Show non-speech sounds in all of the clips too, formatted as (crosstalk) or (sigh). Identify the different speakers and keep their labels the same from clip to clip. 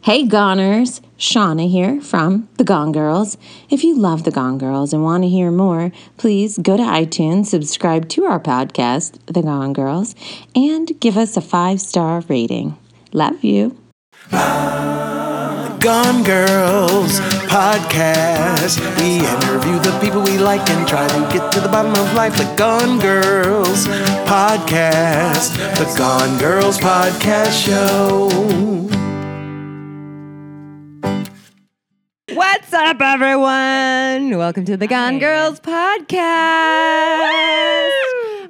Speaker 1: Hey Goners, Shauna here from The Gone Girls. If you love The Gone Girls and want to hear more, please go to iTunes, subscribe to our podcast, The Gone Girls, and give us a five star rating. Love you.
Speaker 2: Gone Girls podcast. We interview the people we like and try to get to the bottom of life. The Gone Girls podcast. The Gone Girls podcast show.
Speaker 3: What's up, everyone? Welcome to the Gone Girls podcast.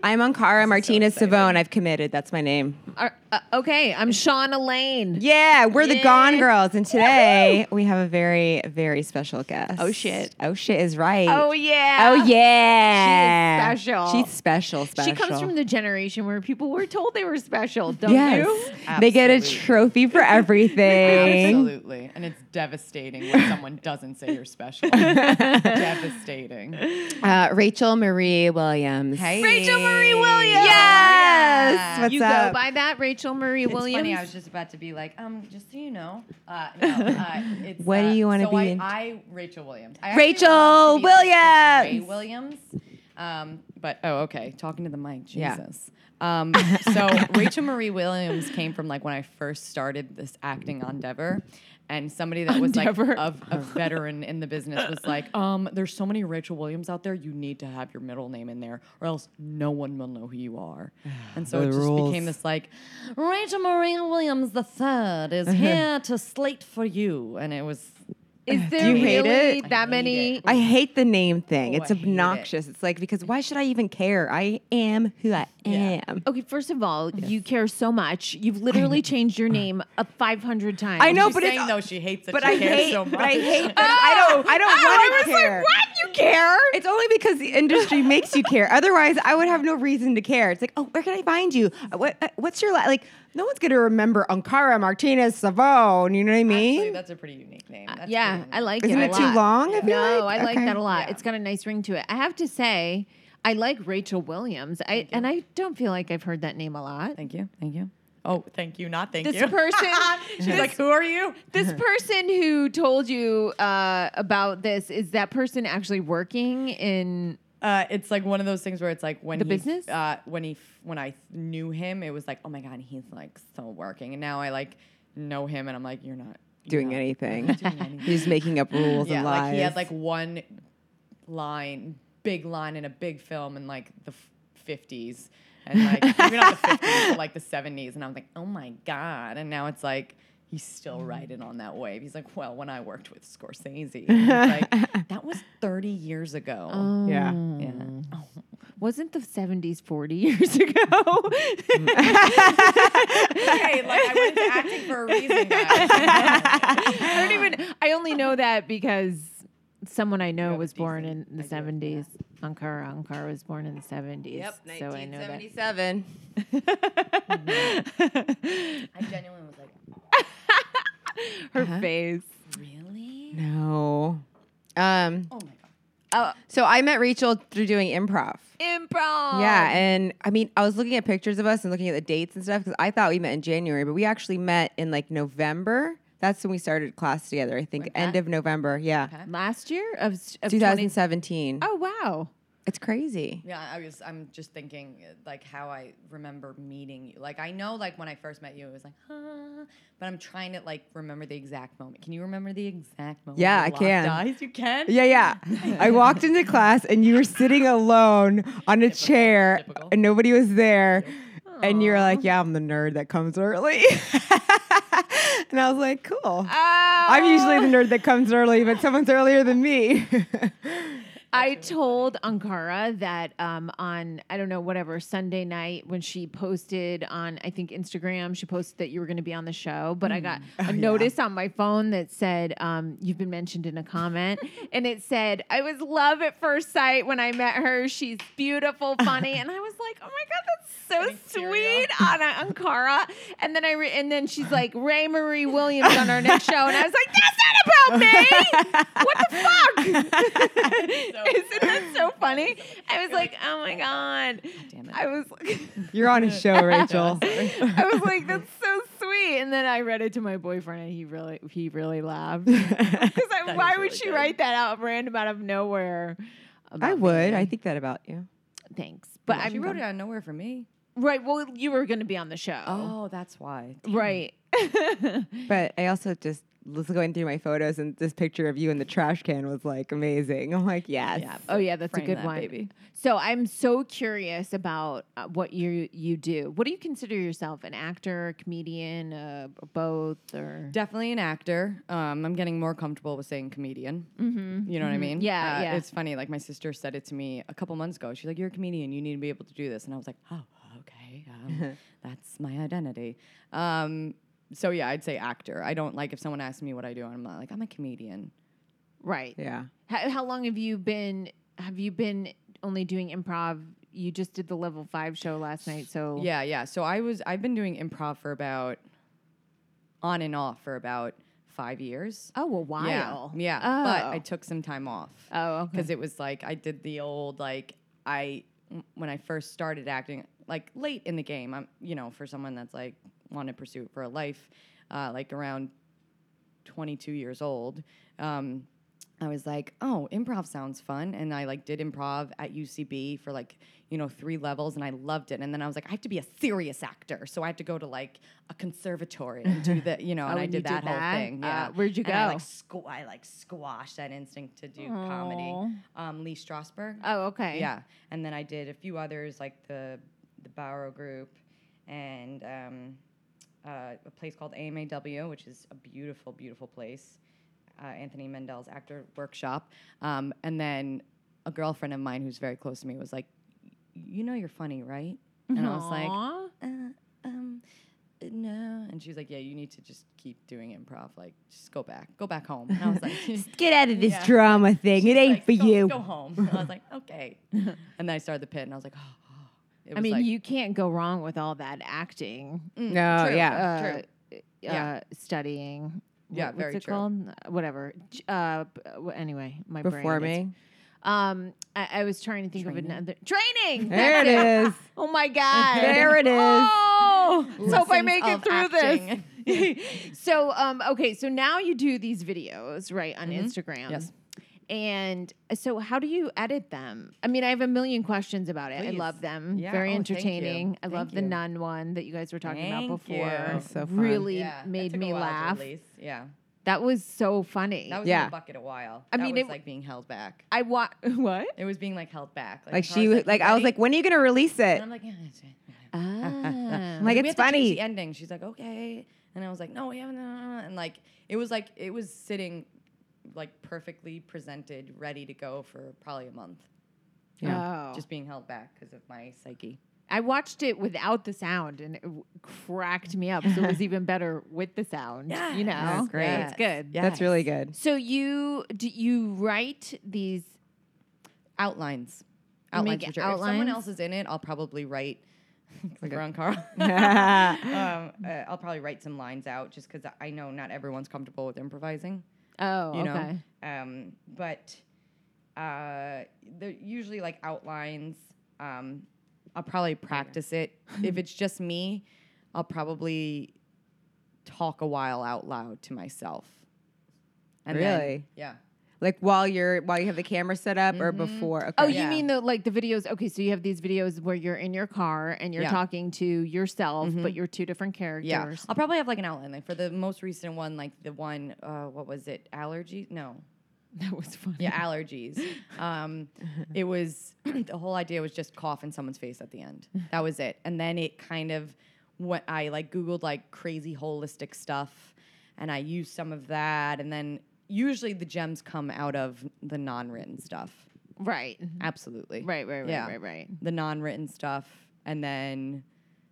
Speaker 3: I'm Ankara Martinez Savone. I've committed. That's my name.
Speaker 4: Are- uh, okay, I'm Shauna Lane.
Speaker 3: Yeah, we're the Gone Girls, and today we have a very, very special guest. Oh
Speaker 4: shit.
Speaker 3: Oh shit is right.
Speaker 4: Oh yeah.
Speaker 3: Oh yeah.
Speaker 4: She is special.
Speaker 3: She's special. Special.
Speaker 4: She comes from the generation where people were told they were special, don't
Speaker 3: Yes.
Speaker 4: you?
Speaker 3: They get a trophy for
Speaker 4: (laughs)
Speaker 3: everything.
Speaker 5: Absolutely. And it's devastating when someone doesn't say
Speaker 3: (laughs)
Speaker 5: you're special. devastating.
Speaker 3: uh, Rachel Marie Williams. Hey.
Speaker 4: Rachel Marie Williams.
Speaker 3: Yes. What's
Speaker 4: you
Speaker 3: up?
Speaker 4: go by that, Rachel Marie
Speaker 5: It's
Speaker 4: Williams.
Speaker 5: funny. I was just about to be like, um, just so you know, uh, no, uh, it's,
Speaker 3: What do
Speaker 5: uh,
Speaker 3: you wanna
Speaker 5: so
Speaker 3: be
Speaker 5: I,
Speaker 3: in-
Speaker 5: I, Rachel Williams. I
Speaker 3: Rachel
Speaker 5: actually wanted to be like Rachel Ray
Speaker 3: Williams.
Speaker 5: Williams. Um, but oh, okay. Talking to the mic,
Speaker 3: Yeah.
Speaker 5: Jesus. Um,
Speaker 3: (laughs)
Speaker 5: so Rachel Marie Williams came from like when I first started this acting endeavor. And somebody that was like of
Speaker 3: (laughs)
Speaker 5: a veteran in the business was like, um, there's so many Rachel Williams out there, you need to have your middle name in there, or else no one will know who you are.
Speaker 3: (sighs)
Speaker 5: And so it just became this like Rachel Marie Williams the third
Speaker 3: (laughs)
Speaker 5: is here to slate for you. And it was
Speaker 4: Is there
Speaker 3: you hate
Speaker 4: really
Speaker 3: it?
Speaker 4: that many?
Speaker 3: I hate the name thing. it's
Speaker 5: I hate it.
Speaker 3: obnoxious. It's like because why should I even care? I am who I am.
Speaker 4: Okay, first of all, you care so much. You've literally changed your name up 500 times.
Speaker 3: I know,
Speaker 5: She's
Speaker 3: but
Speaker 5: saying
Speaker 3: it's
Speaker 5: though she hates it.
Speaker 3: but
Speaker 5: she
Speaker 3: I
Speaker 5: cares
Speaker 3: hate
Speaker 5: so much.
Speaker 3: but I
Speaker 5: (laughs)
Speaker 3: hate that I don't
Speaker 4: (laughs)
Speaker 3: I don't
Speaker 4: Oh,
Speaker 3: want to care.
Speaker 4: You care?
Speaker 3: It's only because the
Speaker 4: (laughs)
Speaker 3: industry makes you care. Otherwise, I would have no reason to care. It's like, oh, where can I find you? Uh, What uh, what's your la-? like? No one's gonna remember Ankara Martinez Savone. You know what I mean?
Speaker 5: Actually, that's a pretty unique name.
Speaker 3: Uh,
Speaker 5: That's
Speaker 4: yeah,
Speaker 5: pretty
Speaker 4: I
Speaker 5: unique.
Speaker 4: like
Speaker 3: Isn't
Speaker 4: it. a
Speaker 3: it too
Speaker 4: lot.
Speaker 3: long, I feel
Speaker 4: no,
Speaker 3: like?
Speaker 4: I like
Speaker 3: Okay.
Speaker 4: that a lot. It's got a nice ring to it. I have to say, I like Rachel Williams. I and I don't feel like I've heard that name a
Speaker 3: (laughs)
Speaker 4: lot.
Speaker 5: Thank you. Thank you. Oh, thank you. Not thank
Speaker 4: This
Speaker 5: you.
Speaker 4: person,
Speaker 5: (laughs) She's like, who are you?
Speaker 4: this person who told you uh, about this is that person actually working in?
Speaker 5: Uh, it's like one of those things where it's like when
Speaker 4: The
Speaker 5: he,
Speaker 4: business?
Speaker 5: Uh, when he f- when I knew him, it was like, oh my god, he's like still working. And now I like know him, and I'm like, you're not you're
Speaker 3: Doing
Speaker 5: not
Speaker 4: (laughs)
Speaker 3: anything.
Speaker 5: doing anything.
Speaker 3: He's making up rules
Speaker 5: yeah,
Speaker 3: and lies.
Speaker 5: like he had like one line, big line in a big film in like the fifties, and
Speaker 3: (laughs)
Speaker 5: like maybe not the fifties, but like the seventies. And I was like, oh my god! And now it's like he's
Speaker 3: Mm.
Speaker 5: still riding on that wave. He's like, well, when I worked with Scorsese, and it's
Speaker 3: (laughs)
Speaker 5: like that was thirty years ago.
Speaker 3: yeah.
Speaker 5: yeah.
Speaker 4: Wasn't the seventies forty years (laughs) ago?
Speaker 5: Okay, like I went into acting for a reason. Guys.
Speaker 4: I don't even. I only know that because someone I know
Speaker 5: have a
Speaker 4: was born in
Speaker 5: decent
Speaker 4: the seventies. Ankara Ankara was born in the seventies. so I know that.
Speaker 5: I genuinely was like,
Speaker 4: Her
Speaker 3: Uh-huh.
Speaker 4: face.
Speaker 5: really?
Speaker 3: No. Um, uh,
Speaker 5: Oh my god.
Speaker 3: so I met Rachel through doing improv.
Speaker 4: Improv.
Speaker 3: Yeah, and I mean, I was looking at pictures of us and looking at the dates and stuff because I thought we met in January, but we actually met in like November. That's when we started class together. I think end of November. Yeah,
Speaker 4: Last year of, of 20.
Speaker 3: 2017.
Speaker 4: Oh wow.
Speaker 3: It's crazy.
Speaker 5: Yeah, I was. I'm just thinking, uh, like how I remember meeting you. Like I know, like when I first met you, it was like, huh, but I'm trying to like remember the exact moment. Can you remember the exact moment?
Speaker 3: Yeah,
Speaker 5: you
Speaker 3: I
Speaker 5: locked
Speaker 3: can.
Speaker 5: Eyes, you can.
Speaker 3: Yeah, yeah. I walked into class and you were sitting alone on a chair
Speaker 5: typical.
Speaker 3: and nobody was there. And you were like, Yeah, I'm the nerd that comes early. (laughs) and I was like, Cool. I'm usually the nerd that comes early, but someone's earlier than me. (laughs)
Speaker 4: I told Ankara that um, on I don't know whatever Sunday night when she posted on I think Instagram she posted that you were going to be on the show, but I got a notice on my phone that said um, you've been mentioned in a comment, and it said I was love at first sight when I met her. She's beautiful, funny, and I was like, oh my god, that's so sweet, Anna Ankara. And then I re- and then she's like Ray Marie Williams on our next show, and I was like, that's not about me. What the fuck? (laughs) Isn't that so
Speaker 5: (laughs)
Speaker 4: funny? I was like, oh my god.
Speaker 5: Damn it.
Speaker 4: I was, (laughs)
Speaker 3: You're on a show, Rachel. (laughs)
Speaker 5: (laughs)
Speaker 4: I was like, that's so sweet. we? And then I read it to my boyfriend, and he really he
Speaker 5: (laughs)
Speaker 4: really laughed. (laughs) Because why would she write that out random out of nowhere?
Speaker 3: I
Speaker 4: about me?
Speaker 3: would. I think that about you.
Speaker 4: Thanks, but
Speaker 5: she
Speaker 4: I'm
Speaker 5: wrote it out of nowhere for me.
Speaker 4: right. Well, you were going to be on the show,
Speaker 5: Oh, that's why.
Speaker 4: right?
Speaker 3: But I also just was going through my photos, and this picture of you in the trash can was like amazing. I'm like, yes.
Speaker 5: (laughs) Yeah.
Speaker 4: Oh yeah, that's
Speaker 5: Frame
Speaker 4: a good
Speaker 5: that
Speaker 4: one.
Speaker 5: baby.
Speaker 4: So I'm so curious about uh, what you you do. What do you consider yourself? An actor, comedian, uh, b- both, or
Speaker 5: Definitely an actor. Um, I'm getting more comfortable with saying comedian. You know what I mean?
Speaker 4: Mm-hmm. Yeah,
Speaker 5: Uh,
Speaker 4: yeah.
Speaker 5: It's funny. Like my sister said it to me a couple months ago. She's like, "You're a comedian. You need to be able to do this." And I was like, "Oh, okay.
Speaker 4: (laughs)
Speaker 5: Um, that's my identity." Um, so yeah, I'd say actor. I don't like if someone asks me what I do, and I'm not like I'm a comedian.
Speaker 4: right?
Speaker 3: Yeah.
Speaker 4: How, how long have you been? Have you been only doing improv? You just did the level five show last night, so
Speaker 5: Yeah, yeah. So I was I've been doing improv for about on and off for about five years.
Speaker 4: Oh, a
Speaker 5: Yeah,
Speaker 4: while.
Speaker 5: yeah.
Speaker 4: Oh.
Speaker 5: But I took some time off.
Speaker 4: Oh, okay.
Speaker 5: because it was like I did the old like I when I first started acting like late in the game. I'm you know for someone that's like want to pursue it for a life, uh, like around 22 years old. Um, I was like, oh, improv sounds fun. And I like did improv at UCB for like, you know, three levels and I loved it. And then I was like, I have to be a serious actor. So I had to go to like a conservatory and do the,
Speaker 4: (laughs)
Speaker 5: you know, and I
Speaker 4: Oh, and
Speaker 5: did
Speaker 4: you did
Speaker 5: that,
Speaker 4: that?
Speaker 5: whole thing. Yeah.
Speaker 4: Uh, where'd you
Speaker 5: And I
Speaker 4: go?
Speaker 5: like, squ- I like squashed that instinct to do comedy. Um, Lee Strasberg.
Speaker 4: Oh, okay.
Speaker 5: Yeah. And then I did a few others like the the Barrow Group and um, uh, a place called AMAW, which is a beautiful, beautiful place. Uh, Anthony Mendel's actor workshop. Um, and then a girlfriend of mine who's very close to me was like, You know, you're funny, right? And I was like,
Speaker 4: Aw.
Speaker 5: um, No. And she was like, Yeah, you need to just keep doing improv. Like, just go back, go back home. And I was
Speaker 3: (laughs)
Speaker 5: (laughs) like,
Speaker 3: Get out of this drama thing. it
Speaker 5: She's
Speaker 3: ain't
Speaker 5: like,
Speaker 3: for
Speaker 5: "Go-
Speaker 3: you.
Speaker 5: Go home. And I was like,
Speaker 3: (laughs)
Speaker 5: okay. and then I started the pit, and I was like, oh. It
Speaker 4: I mean,
Speaker 5: like- Mm,
Speaker 4: you can't go wrong with all that acting,
Speaker 3: No,
Speaker 5: true,
Speaker 3: Oh, yeah.
Speaker 4: uh,
Speaker 5: true. Yeah.
Speaker 4: uh, studying.
Speaker 5: Yeah,
Speaker 4: What-
Speaker 5: very
Speaker 4: what's it
Speaker 5: true.
Speaker 4: called? Uh, Whatever. J- Uh, b- uh, wh- anyway, my brain is- (laughs)
Speaker 3: Performing.
Speaker 4: Um, I, I was trying to think of another training.
Speaker 3: There it
Speaker 4: (laughs) That's
Speaker 3: is.
Speaker 4: Oh my god.
Speaker 3: There it is.
Speaker 4: Oh, let's hope I
Speaker 5: Lessons
Speaker 4: make it
Speaker 5: of
Speaker 4: through
Speaker 5: acting. (laughs)
Speaker 4: this. (laughs) so, um, okay, so now you do these videos right on Instagram.
Speaker 5: Mm-hmm. Yes.
Speaker 4: And uh, so, how do you edit them? I mean, I have a million questions about it. I
Speaker 5: Please.
Speaker 4: love them.
Speaker 5: Yeah.
Speaker 4: Very
Speaker 5: Oh, thank you.
Speaker 4: entertaining. I love the
Speaker 5: Thank you.
Speaker 4: nun one that you guys were talking about
Speaker 5: Thank you.
Speaker 4: before.
Speaker 5: That's
Speaker 3: so fun.
Speaker 4: Really
Speaker 5: Yeah, that
Speaker 4: made
Speaker 5: took a
Speaker 4: me
Speaker 5: while to
Speaker 4: laugh.
Speaker 5: release. Yeah,
Speaker 4: That was so funny.
Speaker 5: that was in
Speaker 3: Yeah.
Speaker 5: the bucket a while.
Speaker 4: I
Speaker 5: I that
Speaker 4: mean,
Speaker 5: mean, was
Speaker 4: it-
Speaker 5: like being held back.
Speaker 4: I wa- (laughs)
Speaker 5: (laughs)
Speaker 4: what?
Speaker 5: It was being like held back.
Speaker 3: Like
Speaker 5: Tara's
Speaker 3: she was like, I was
Speaker 5: "Ready?"
Speaker 3: like, when are you gonna release it?
Speaker 4: Um,
Speaker 5: and I'm like, yeah, that's it.
Speaker 4: Ah.
Speaker 3: I'm like, it's
Speaker 5: we have to change
Speaker 3: funny.
Speaker 5: the ending. She's like, okay. And I was like, no, we haven't. uh," And like, it was like, it was sitting like perfectly presented, ready to go for probably a month.
Speaker 4: Oh.
Speaker 5: Just being held back because of my psyche.
Speaker 4: I watched it without the sound and it w- cracked me up. So it
Speaker 5: (laughs)
Speaker 4: was even better with the sound. You know,
Speaker 5: That's
Speaker 3: great.
Speaker 4: It's good.
Speaker 3: That's really good.
Speaker 4: So you do you write these?
Speaker 5: outlines.
Speaker 4: You
Speaker 5: Outlines
Speaker 4: make
Speaker 5: for sure. If someone
Speaker 4: outlines?
Speaker 5: else is in it, I'll probably write. (laughs) like Ron Carl. um,
Speaker 3: (laughs)
Speaker 4: (laughs)
Speaker 5: uh, I'll probably write some lines out just because I know not everyone's comfortable with improvising.
Speaker 4: Oh,
Speaker 5: You
Speaker 4: okay.
Speaker 5: know, um, but uh, they're usually like outlines. Um, I'll probably practice
Speaker 4: (laughs)
Speaker 5: it. if it's just me, I'll probably talk a while out loud to myself. And then-
Speaker 3: Really?
Speaker 5: yeah.
Speaker 3: Like while you're while you have the camera set up or before. Okay.
Speaker 4: Oh, you
Speaker 5: Yeah.
Speaker 4: mean the like the videos? Okay, so you have these videos where you're in your car and you're
Speaker 5: Yeah. Mm-hmm.
Speaker 4: talking to yourself, but you're two different characters.
Speaker 5: Yeah, I'll probably have like an outline. Like for the most recent one, like the one, uh, what was it? Allergies? No,
Speaker 4: (laughs) that was funny. (laughs)
Speaker 5: yeah, allergies. Um, it was (clears throat) the whole idea was just cough in someone's face at the
Speaker 4: (laughs)
Speaker 5: end. That was it. And then it kind of went. I like googled like crazy holistic stuff, and I used some of that. And then usually the gems come out of the non-written stuff.
Speaker 4: Right.
Speaker 5: Absolutely.
Speaker 4: Mm-hmm. Right. Right. Right.
Speaker 5: Yeah.
Speaker 4: Right. Right.
Speaker 5: The non-written stuff, and then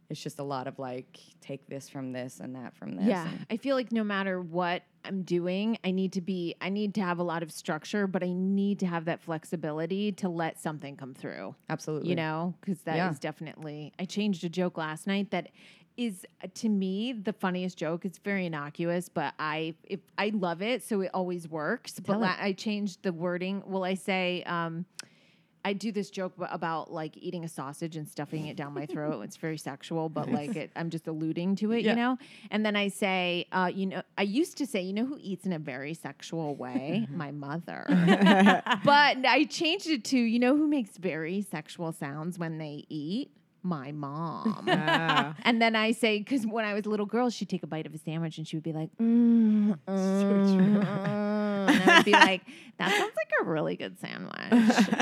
Speaker 5: it's just a lot of like take this from this and that from this.
Speaker 4: Yeah,
Speaker 5: and-
Speaker 4: I feel like no matter what I'm doing, I need to be, I need to have a lot of structure, but I need to have that flexibility to let something come through,
Speaker 5: Absolutely.
Speaker 4: you know, because that is
Speaker 5: Yeah.
Speaker 4: definitely, I changed a joke last night that is uh, to me the funniest joke it's very innocuous but i if i love it so it always works but la- i changed the wording will i say um I do this joke b- about like eating a sausage and stuffing it down my throat. It's very sexual, but like it, I'm just alluding to it,
Speaker 5: Yeah.
Speaker 4: you know. And then I say, uh, you know, I used to say, you know, who eats in a very sexual
Speaker 5: (laughs)
Speaker 4: way? my mother. but I changed it to, you know, who makes very sexual sounds when they eat?
Speaker 5: (laughs)
Speaker 4: My mom.
Speaker 3: Ah.
Speaker 4: And then I say, because when I was a little girl, she'd take a bite of a sandwich and she would be like, mm, so true. And I would be like, that sounds like a really good
Speaker 5: (laughs)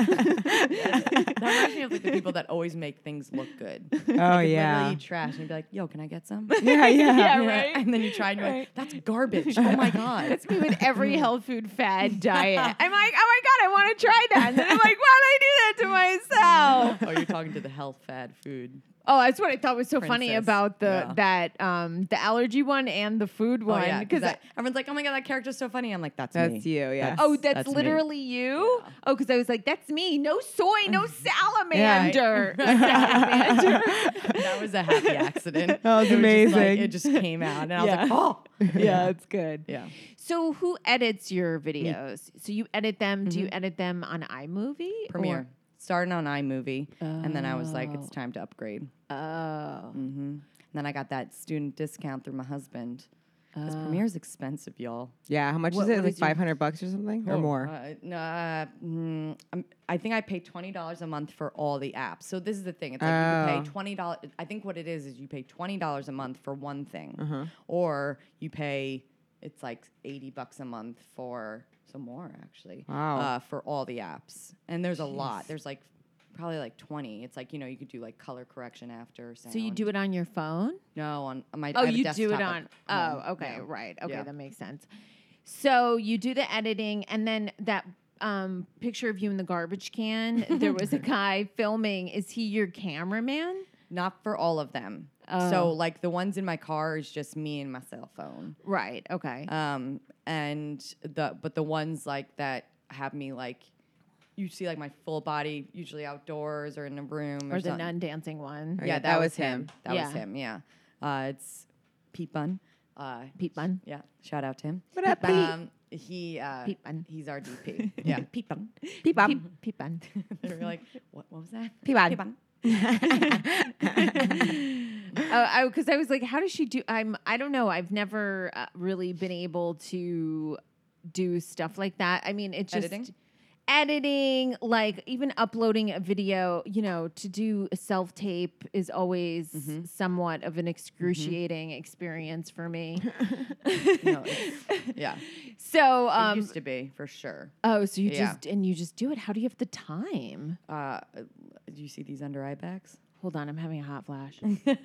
Speaker 4: sandwich.
Speaker 5: That reminds me of like the people that always make things look
Speaker 4: (laughs)
Speaker 5: good.
Speaker 3: oh
Speaker 5: Like,
Speaker 3: yeah.
Speaker 5: literally eat trash and you'd be like, "Yo, can I get some?"
Speaker 3: (laughs) Yeah, yeah.
Speaker 4: (laughs) right?
Speaker 5: And then you try and you're like, "That's garbage!
Speaker 4: (laughs)
Speaker 5: Oh my god!"
Speaker 4: That's me with every
Speaker 5: Mm.
Speaker 4: health food fad diet. I'm like, oh my God, I want to try that. And then I'm like, why
Speaker 5: (laughs)
Speaker 4: did I do that to myself?
Speaker 5: (laughs) oh, you're talking to the health fad food.
Speaker 4: Oh, that's what I thought was so funny
Speaker 5: Princess,
Speaker 4: about the
Speaker 5: yeah.
Speaker 4: that um the allergy one and the food
Speaker 5: Oh
Speaker 4: one.
Speaker 5: yeah,
Speaker 4: Because
Speaker 5: because everyone's like, "Oh my god, that character's so funny." I'm like, "That's
Speaker 3: That's
Speaker 5: me.
Speaker 3: you, yeah.
Speaker 4: Oh, that's,
Speaker 5: me."
Speaker 4: literally you? Oh, because I was like, that's me. No soy, (laughs) no (laughs) salamander.
Speaker 5: (laughs)
Speaker 4: (laughs)
Speaker 5: that was a (laughs) happy accident.
Speaker 3: That was
Speaker 5: It just, like,
Speaker 3: amazing.
Speaker 5: it just came out, and I was
Speaker 3: Yeah.
Speaker 5: like, (laughs) "Oh,
Speaker 3: yeah, it's good.
Speaker 5: yeah."
Speaker 4: so, who edits your videos? So, you edit them. Do you edit them on iMovie? or-
Speaker 5: Premiere starting on iMovie, and then I was like, "It's time to upgrade." Mm-hmm.
Speaker 4: Oh.
Speaker 5: And then I got that student discount through my husband. Because
Speaker 4: Oh.
Speaker 5: Premiere's expensive, y'all.
Speaker 3: Yeah, how much is
Speaker 4: What- Oh,
Speaker 3: it?
Speaker 4: what
Speaker 3: Like
Speaker 4: is your-
Speaker 3: five hundred bucks or something, or more?
Speaker 5: Uh, no, uh, mm, um, I think I pay twenty dollars a month for all the apps. So this is the thing. It's like
Speaker 3: Oh.
Speaker 5: you pay twenty dollars. I think what it is is you pay twenty dollars a month for one thing,
Speaker 4: Uh-huh.
Speaker 5: or you pay it's like eighty bucks a month for some more actually.
Speaker 3: Wow.
Speaker 5: Uh, for all the apps, and there's a lot. There's like probably like twenty. It's like you know you could do like color correction after. Sound.
Speaker 4: So, you do it on your phone?
Speaker 5: no on on my. I
Speaker 4: Oh,
Speaker 5: have a
Speaker 4: you do it
Speaker 5: desktop at
Speaker 4: on.
Speaker 5: home.
Speaker 4: Oh, okay,
Speaker 5: Yeah.
Speaker 4: right. Okay,
Speaker 5: Yeah.
Speaker 4: that makes sense. So you do the editing, and then that um, picture of you in the garbage can. there
Speaker 5: (laughs)
Speaker 4: was a guy filming. Is he your cameraman?
Speaker 5: Not for all of them.
Speaker 4: Oh.
Speaker 5: So like the ones in my car is just me and my cell phone.
Speaker 4: Right. Okay.
Speaker 5: um and the but the ones like that have me like you see like my full body usually outdoors or in a room or,
Speaker 4: or the
Speaker 5: something.
Speaker 4: nun dancing one.
Speaker 5: yeah,
Speaker 3: yeah,
Speaker 5: that, was, him, that was
Speaker 4: Yeah.
Speaker 5: him yeah uh it's pete bun uh
Speaker 4: Pete Bun.
Speaker 5: yeah shout out to him
Speaker 3: What up, Pete?
Speaker 5: um he uh
Speaker 4: Pete Bun.
Speaker 5: he's our
Speaker 4: (laughs)
Speaker 5: dp yeah pete bun
Speaker 3: Peep up.
Speaker 4: Pete, Pete Bun. (laughs)
Speaker 5: they were like what, what was that
Speaker 3: Pete Bun.
Speaker 4: uh, because I was like, how does she do? I'm I don't know. I've never uh, really been able to do stuff like that. I mean, it's just
Speaker 5: Editing?
Speaker 4: editing, like even uploading a video. You know, to do a self tape is always somewhat of an excruciating experience for (laughs) me.
Speaker 5: no, it's-
Speaker 4: (laughs)
Speaker 5: yeah
Speaker 4: so,
Speaker 5: it
Speaker 4: um,
Speaker 5: used to be for sure
Speaker 4: oh, so you
Speaker 5: Yeah.
Speaker 4: just and you just do it. How do you have the time?
Speaker 5: uh do you see these under eye bags
Speaker 4: Hold on, I'm having a hot flash.
Speaker 5: Oh, no,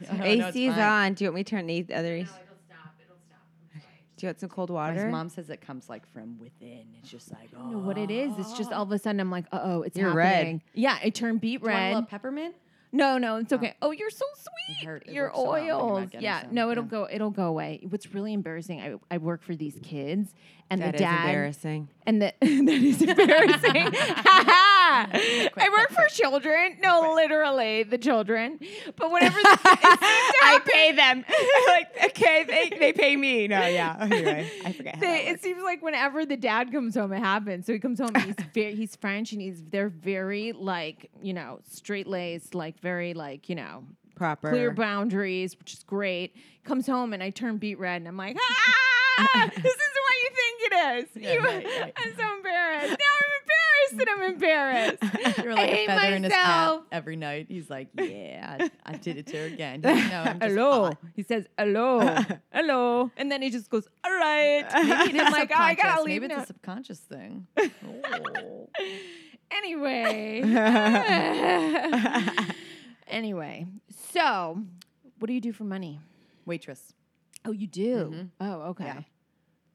Speaker 5: it's
Speaker 3: AC is
Speaker 5: fine.
Speaker 3: on. Do you want me to turn the other? AC? Do you want some cold
Speaker 5: His
Speaker 3: water?
Speaker 5: mom says it comes like from within. It's just like oh,
Speaker 4: know what it is. It's just all of a sudden I'm like, uh oh, it's
Speaker 3: You're red.
Speaker 4: happening. Yeah, I turned beet
Speaker 5: Want a
Speaker 4: red.
Speaker 5: little peppermint.
Speaker 4: No, no, it's okay. Oh, you're so sweet.
Speaker 5: hurt- it
Speaker 4: Your
Speaker 5: works so well. I'm thinking about
Speaker 4: oils.
Speaker 5: getting
Speaker 4: Yeah.
Speaker 5: some.
Speaker 4: No,
Speaker 5: Yeah.
Speaker 4: it'll go it'll go away. What's really embarrassing, I, I work for these kids and
Speaker 3: That
Speaker 4: the
Speaker 3: is
Speaker 4: dad
Speaker 3: embarrassing.
Speaker 4: and the (laughs) that is embarrassing. (laughs) I work for children. No, literally the children. But whenever I pay them.
Speaker 3: like okay, they, they pay me.
Speaker 4: Oh,
Speaker 3: No, (laughs) yeah. Anyway, I forget. how
Speaker 4: They,
Speaker 3: that
Speaker 4: it seems like whenever the dad comes home, it happens. So he comes home, and he's very, (laughs) he's French, and he's they're very like you know straight laced, like very like you know
Speaker 3: works. proper.
Speaker 4: clear boundaries, which is great. Comes home and I turn beet red, and I'm like,
Speaker 5: (laughs)
Speaker 4: ah, this isn't what you think it is. You-
Speaker 5: right, right.
Speaker 4: (laughs) I'm so embarrassed. Now I'm embarrassed,
Speaker 5: (laughs)
Speaker 4: and I'm embarrassed.
Speaker 5: You're like
Speaker 4: I
Speaker 5: a
Speaker 4: hate
Speaker 5: feather in his cap
Speaker 4: myself.
Speaker 5: every night. He's (laughs) like, yeah, I, I did it to her again. You know, I'm just (laughs)
Speaker 4: Hello.
Speaker 5: hot.
Speaker 4: He says (laughs) hello, hello, and then he just goes, all right.
Speaker 5: (laughs) Maybe it
Speaker 4: I'm
Speaker 5: is
Speaker 4: like, oh, I gotta
Speaker 5: subconscious.
Speaker 4: leave
Speaker 5: Maybe it's
Speaker 4: now.
Speaker 5: a subconscious (laughs) thing. Oh. (laughs)
Speaker 4: Anyway. (laughs) anyway, so what do you do for money?
Speaker 5: Waitress.
Speaker 4: Oh, you do. Oh, okay.
Speaker 5: Yeah.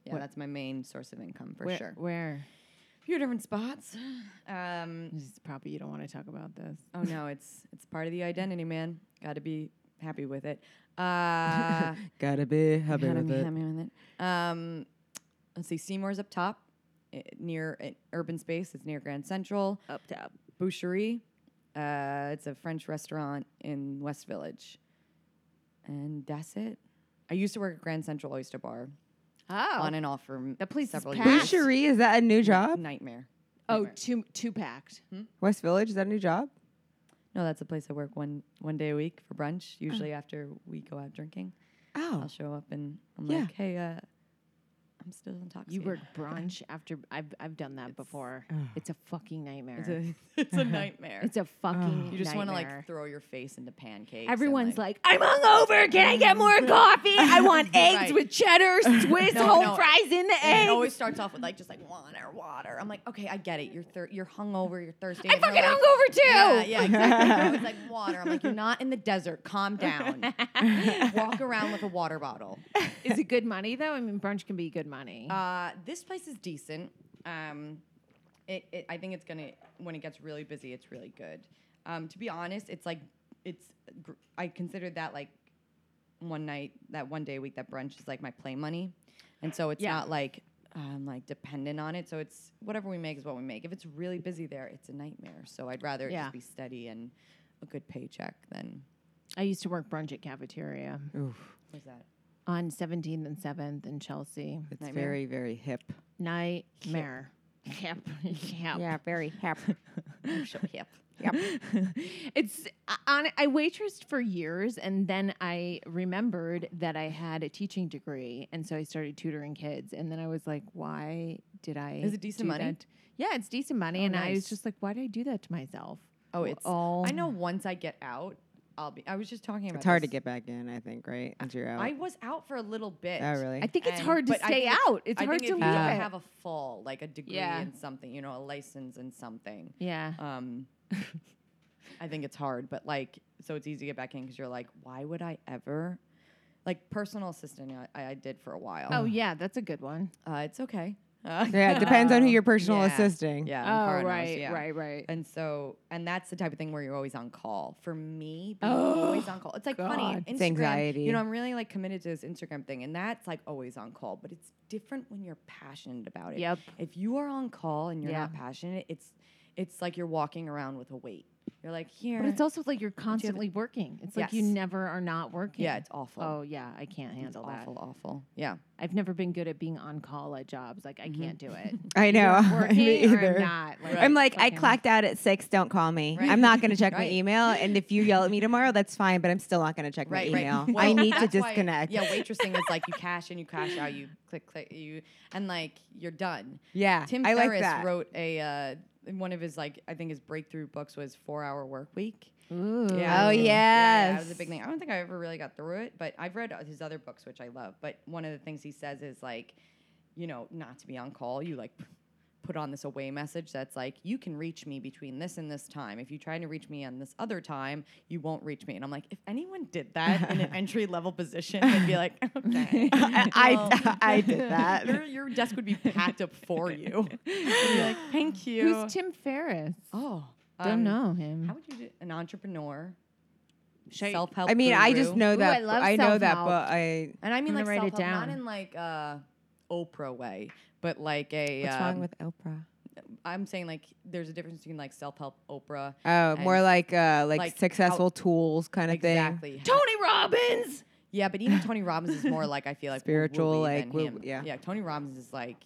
Speaker 5: Yeah, that's my main source of income for
Speaker 4: Where,
Speaker 5: sure.
Speaker 4: Where?
Speaker 5: A few different spots. (sighs) Um,
Speaker 4: This is probably you don't want to talk about this.
Speaker 5: oh no, it's it's part of the identity, man. Got to be happy with it. Uh, (laughs)
Speaker 3: Gotta be happy
Speaker 5: Had
Speaker 3: with
Speaker 5: me-
Speaker 3: it.
Speaker 5: had me with it. Um, let's see. Seymour's up top, i- near an urban space. It's near Grand Central. Up top. Boucherie. Uh, it's a French restaurant in West Village. And that's it. I used to work at Grand Central Oyster Bar
Speaker 4: Oh,
Speaker 5: on and off for m-
Speaker 4: That place is
Speaker 5: several
Speaker 4: packed.
Speaker 5: years.
Speaker 3: Boucherie, is that a new job?
Speaker 5: Nightmare.
Speaker 4: Oh, two two packed.
Speaker 3: West Village, is that a new job?
Speaker 5: No, that's a place I work one one day a week for brunch. Usually after we go out drinking,
Speaker 3: Oh.
Speaker 5: I'll show up and I'm
Speaker 3: Yeah.
Speaker 5: like, hey, uh, I'm still intoxicated. (laughs)
Speaker 4: You (laughs) work brunch after I've I've done that (sighs) before. It's a fucking nightmare. It's a,
Speaker 5: It's a, it's a nightmare.
Speaker 4: (sighs) fucking.
Speaker 5: you just want to
Speaker 4: nightmare.
Speaker 5: like throw your face into pancakes. and,
Speaker 4: Everyone's like, I'm hungover. Can I (laughs) get more coffee? I (laughs) want eggs
Speaker 5: Right.
Speaker 4: with (laughs) cheddar, Swiss,
Speaker 5: No,
Speaker 4: whole
Speaker 5: no.
Speaker 4: fries in (laughs) the
Speaker 5: And
Speaker 4: egg.
Speaker 5: it always starts off with like just like water, water. I'm like, okay, I get it. You're thir- you're hungover. You're thirsty.
Speaker 4: I'm
Speaker 5: and they're
Speaker 4: fucking
Speaker 5: like,
Speaker 4: hungover too.
Speaker 5: Yeah, yeah, exactly. They're always
Speaker 4: (laughs)
Speaker 5: like water. I'm like, you're not in the desert. Calm down. Walk around with a water bottle.
Speaker 4: Is it good money though? I mean, brunch can be good money.
Speaker 5: Uh, this place is decent. Um, it, it, I think it's gonna when it gets really busy, it's really good. Um, to be honest, it's like it's gr- I considered that like one night, that one day a week, that brunch is like my play money, and so it's
Speaker 4: Yeah.
Speaker 5: not like I'm like dependent on it. So it's whatever we make is what we make. If it's really busy there, it's a nightmare. So I'd rather it
Speaker 4: Yeah.
Speaker 5: just be steady and a good paycheck than
Speaker 4: I used to work brunch at cafeteria
Speaker 5: what's that?
Speaker 4: on 17th and 7th in Chelsea.
Speaker 3: It's very, very hip.
Speaker 4: Nightmare. Yep. Yep.
Speaker 3: very hip.
Speaker 5: Show hip.
Speaker 4: (laughs) it's I- on. I waitressed for years, and then I remembered that I had a teaching degree, and so I started tutoring kids. And then I was like, "Why did I?"
Speaker 5: Is it decent
Speaker 4: do
Speaker 5: money?
Speaker 4: that? Yeah, it's decent money, and I was
Speaker 5: nice.
Speaker 4: just like, "Why did I do that to myself?"
Speaker 5: Oh, it's
Speaker 4: all.
Speaker 5: I know. Once I get out, I'll be. I was just talking about.
Speaker 3: It's hard to
Speaker 5: this.
Speaker 3: get back in, I think, right? Once you're out.
Speaker 5: I was out for a little bit.
Speaker 3: oh, really?
Speaker 4: I think it's
Speaker 5: And-
Speaker 4: hard to
Speaker 5: but I
Speaker 4: stay
Speaker 5: think
Speaker 4: out. It's
Speaker 5: I
Speaker 4: hard
Speaker 5: think
Speaker 4: to
Speaker 5: if
Speaker 4: leave.
Speaker 5: you don't
Speaker 4: it.
Speaker 5: have a full like a degree
Speaker 4: Yeah.
Speaker 5: in something, you know, a license in something.
Speaker 4: yeah.
Speaker 5: Um, (laughs) I think it's hard, but like, so it's easy to get back in because you're like, why would I ever? Like personal assistant, I, I did for a while.
Speaker 4: oh yeah, that's a good one.
Speaker 5: uh, it's okay. Uh,
Speaker 3: yeah, it depends on who you're personal
Speaker 5: (laughs) yeah.
Speaker 3: assisting.
Speaker 5: Yeah.
Speaker 4: Oh,
Speaker 5: on Cardinals,
Speaker 4: right,
Speaker 5: yeah.
Speaker 4: right, right.
Speaker 5: And so, and that's the type of thing where you're always on call. For me, being always
Speaker 4: Oh,
Speaker 5: on call. It's like funny. Instagram,
Speaker 3: It's anxiety.
Speaker 5: You know, I'm really like committed to this Instagram thing, and that's like always on call. But it's different when you're passionate about it.
Speaker 4: Yep.
Speaker 5: If you are on call and you're
Speaker 4: Yeah.
Speaker 5: not passionate, it's it's like you're walking around with a weight. You're like here.
Speaker 4: But it's also like you're constantly working. It's like you
Speaker 5: Yes.
Speaker 4: never are not working.
Speaker 5: yeah, it's awful.
Speaker 4: Oh yeah, I can't
Speaker 5: it's
Speaker 4: handle that.
Speaker 5: awful, awful. Yeah.
Speaker 4: I've never been good at being on call at jobs. Like I can't do it.
Speaker 3: I know. (laughs)
Speaker 4: I'm
Speaker 3: Me
Speaker 4: working or
Speaker 3: either.
Speaker 4: I'm not. Like,
Speaker 3: I'm like, I
Speaker 4: fucking-
Speaker 3: clocked out at six. Don't call me.
Speaker 5: Right.
Speaker 3: I'm not going to check my
Speaker 5: Right.
Speaker 3: email. And if you yell at me tomorrow, that's fine. But I'm still not going to check
Speaker 5: Right,
Speaker 3: my
Speaker 5: right.
Speaker 3: email.
Speaker 5: (laughs)
Speaker 3: I
Speaker 5: Well,
Speaker 3: need to
Speaker 5: that's why-
Speaker 3: disconnect.
Speaker 5: yeah, waitressing is like you cash in, you cash out, you click, click, you, and like you're done.
Speaker 3: (laughs) Yeah,
Speaker 5: Tim
Speaker 3: I like
Speaker 5: Ferriss
Speaker 3: that.
Speaker 5: wrote a uh, in one of his like I think his breakthrough books was Four Hour Work Week.
Speaker 4: Ooh.
Speaker 5: Yeah.
Speaker 3: Oh,
Speaker 5: yeah, that was a
Speaker 3: yes.
Speaker 5: big thing. I don't think I ever really got through it, but I've read his other books, which I love. But one of the things he says is like, you know, not to be on call. You like p- put on this away message that's like, you can reach me between this and this time. If you try to reach me on this other time, you won't reach me. And I'm like, if anyone did that in
Speaker 3: (laughs)
Speaker 5: an entry level position, I'd be like, okay,
Speaker 3: (laughs)
Speaker 5: (laughs) Oh.
Speaker 3: I, (laughs) I did that.
Speaker 5: your, your desk would be packed up
Speaker 3: (laughs)
Speaker 5: for you. You'd be like, thank you.
Speaker 4: Who's Tim Ferriss?
Speaker 5: oh,
Speaker 4: Don't
Speaker 5: um,
Speaker 4: know him.
Speaker 5: How would you do an entrepreneur?
Speaker 4: Should I-
Speaker 5: Self help.
Speaker 3: I mean, I just know
Speaker 4: Ooh,
Speaker 3: that.
Speaker 4: I love
Speaker 3: I know that,
Speaker 4: self-help.
Speaker 3: but I.
Speaker 5: And I mean, like
Speaker 4: I'm gonna write it
Speaker 5: self-help, not
Speaker 4: down.
Speaker 5: in like uh, Oprah way, but like a.
Speaker 3: What's
Speaker 5: um,
Speaker 3: wrong with Oprah?
Speaker 5: I'm saying like there's a difference between like self-help Oprah.
Speaker 3: Oh,
Speaker 5: and
Speaker 3: more like uh, like,
Speaker 5: like,
Speaker 3: successful tools kind of (laughs) thing.
Speaker 5: exactly.
Speaker 4: Tony Robbins.
Speaker 5: Yeah, but even Tony Robbins is more like I feel like
Speaker 3: Spiritual,
Speaker 5: woo-woo-y
Speaker 3: like,
Speaker 5: than
Speaker 3: woo-
Speaker 5: him.
Speaker 3: yeah.
Speaker 5: yeah. Tony Robbins is like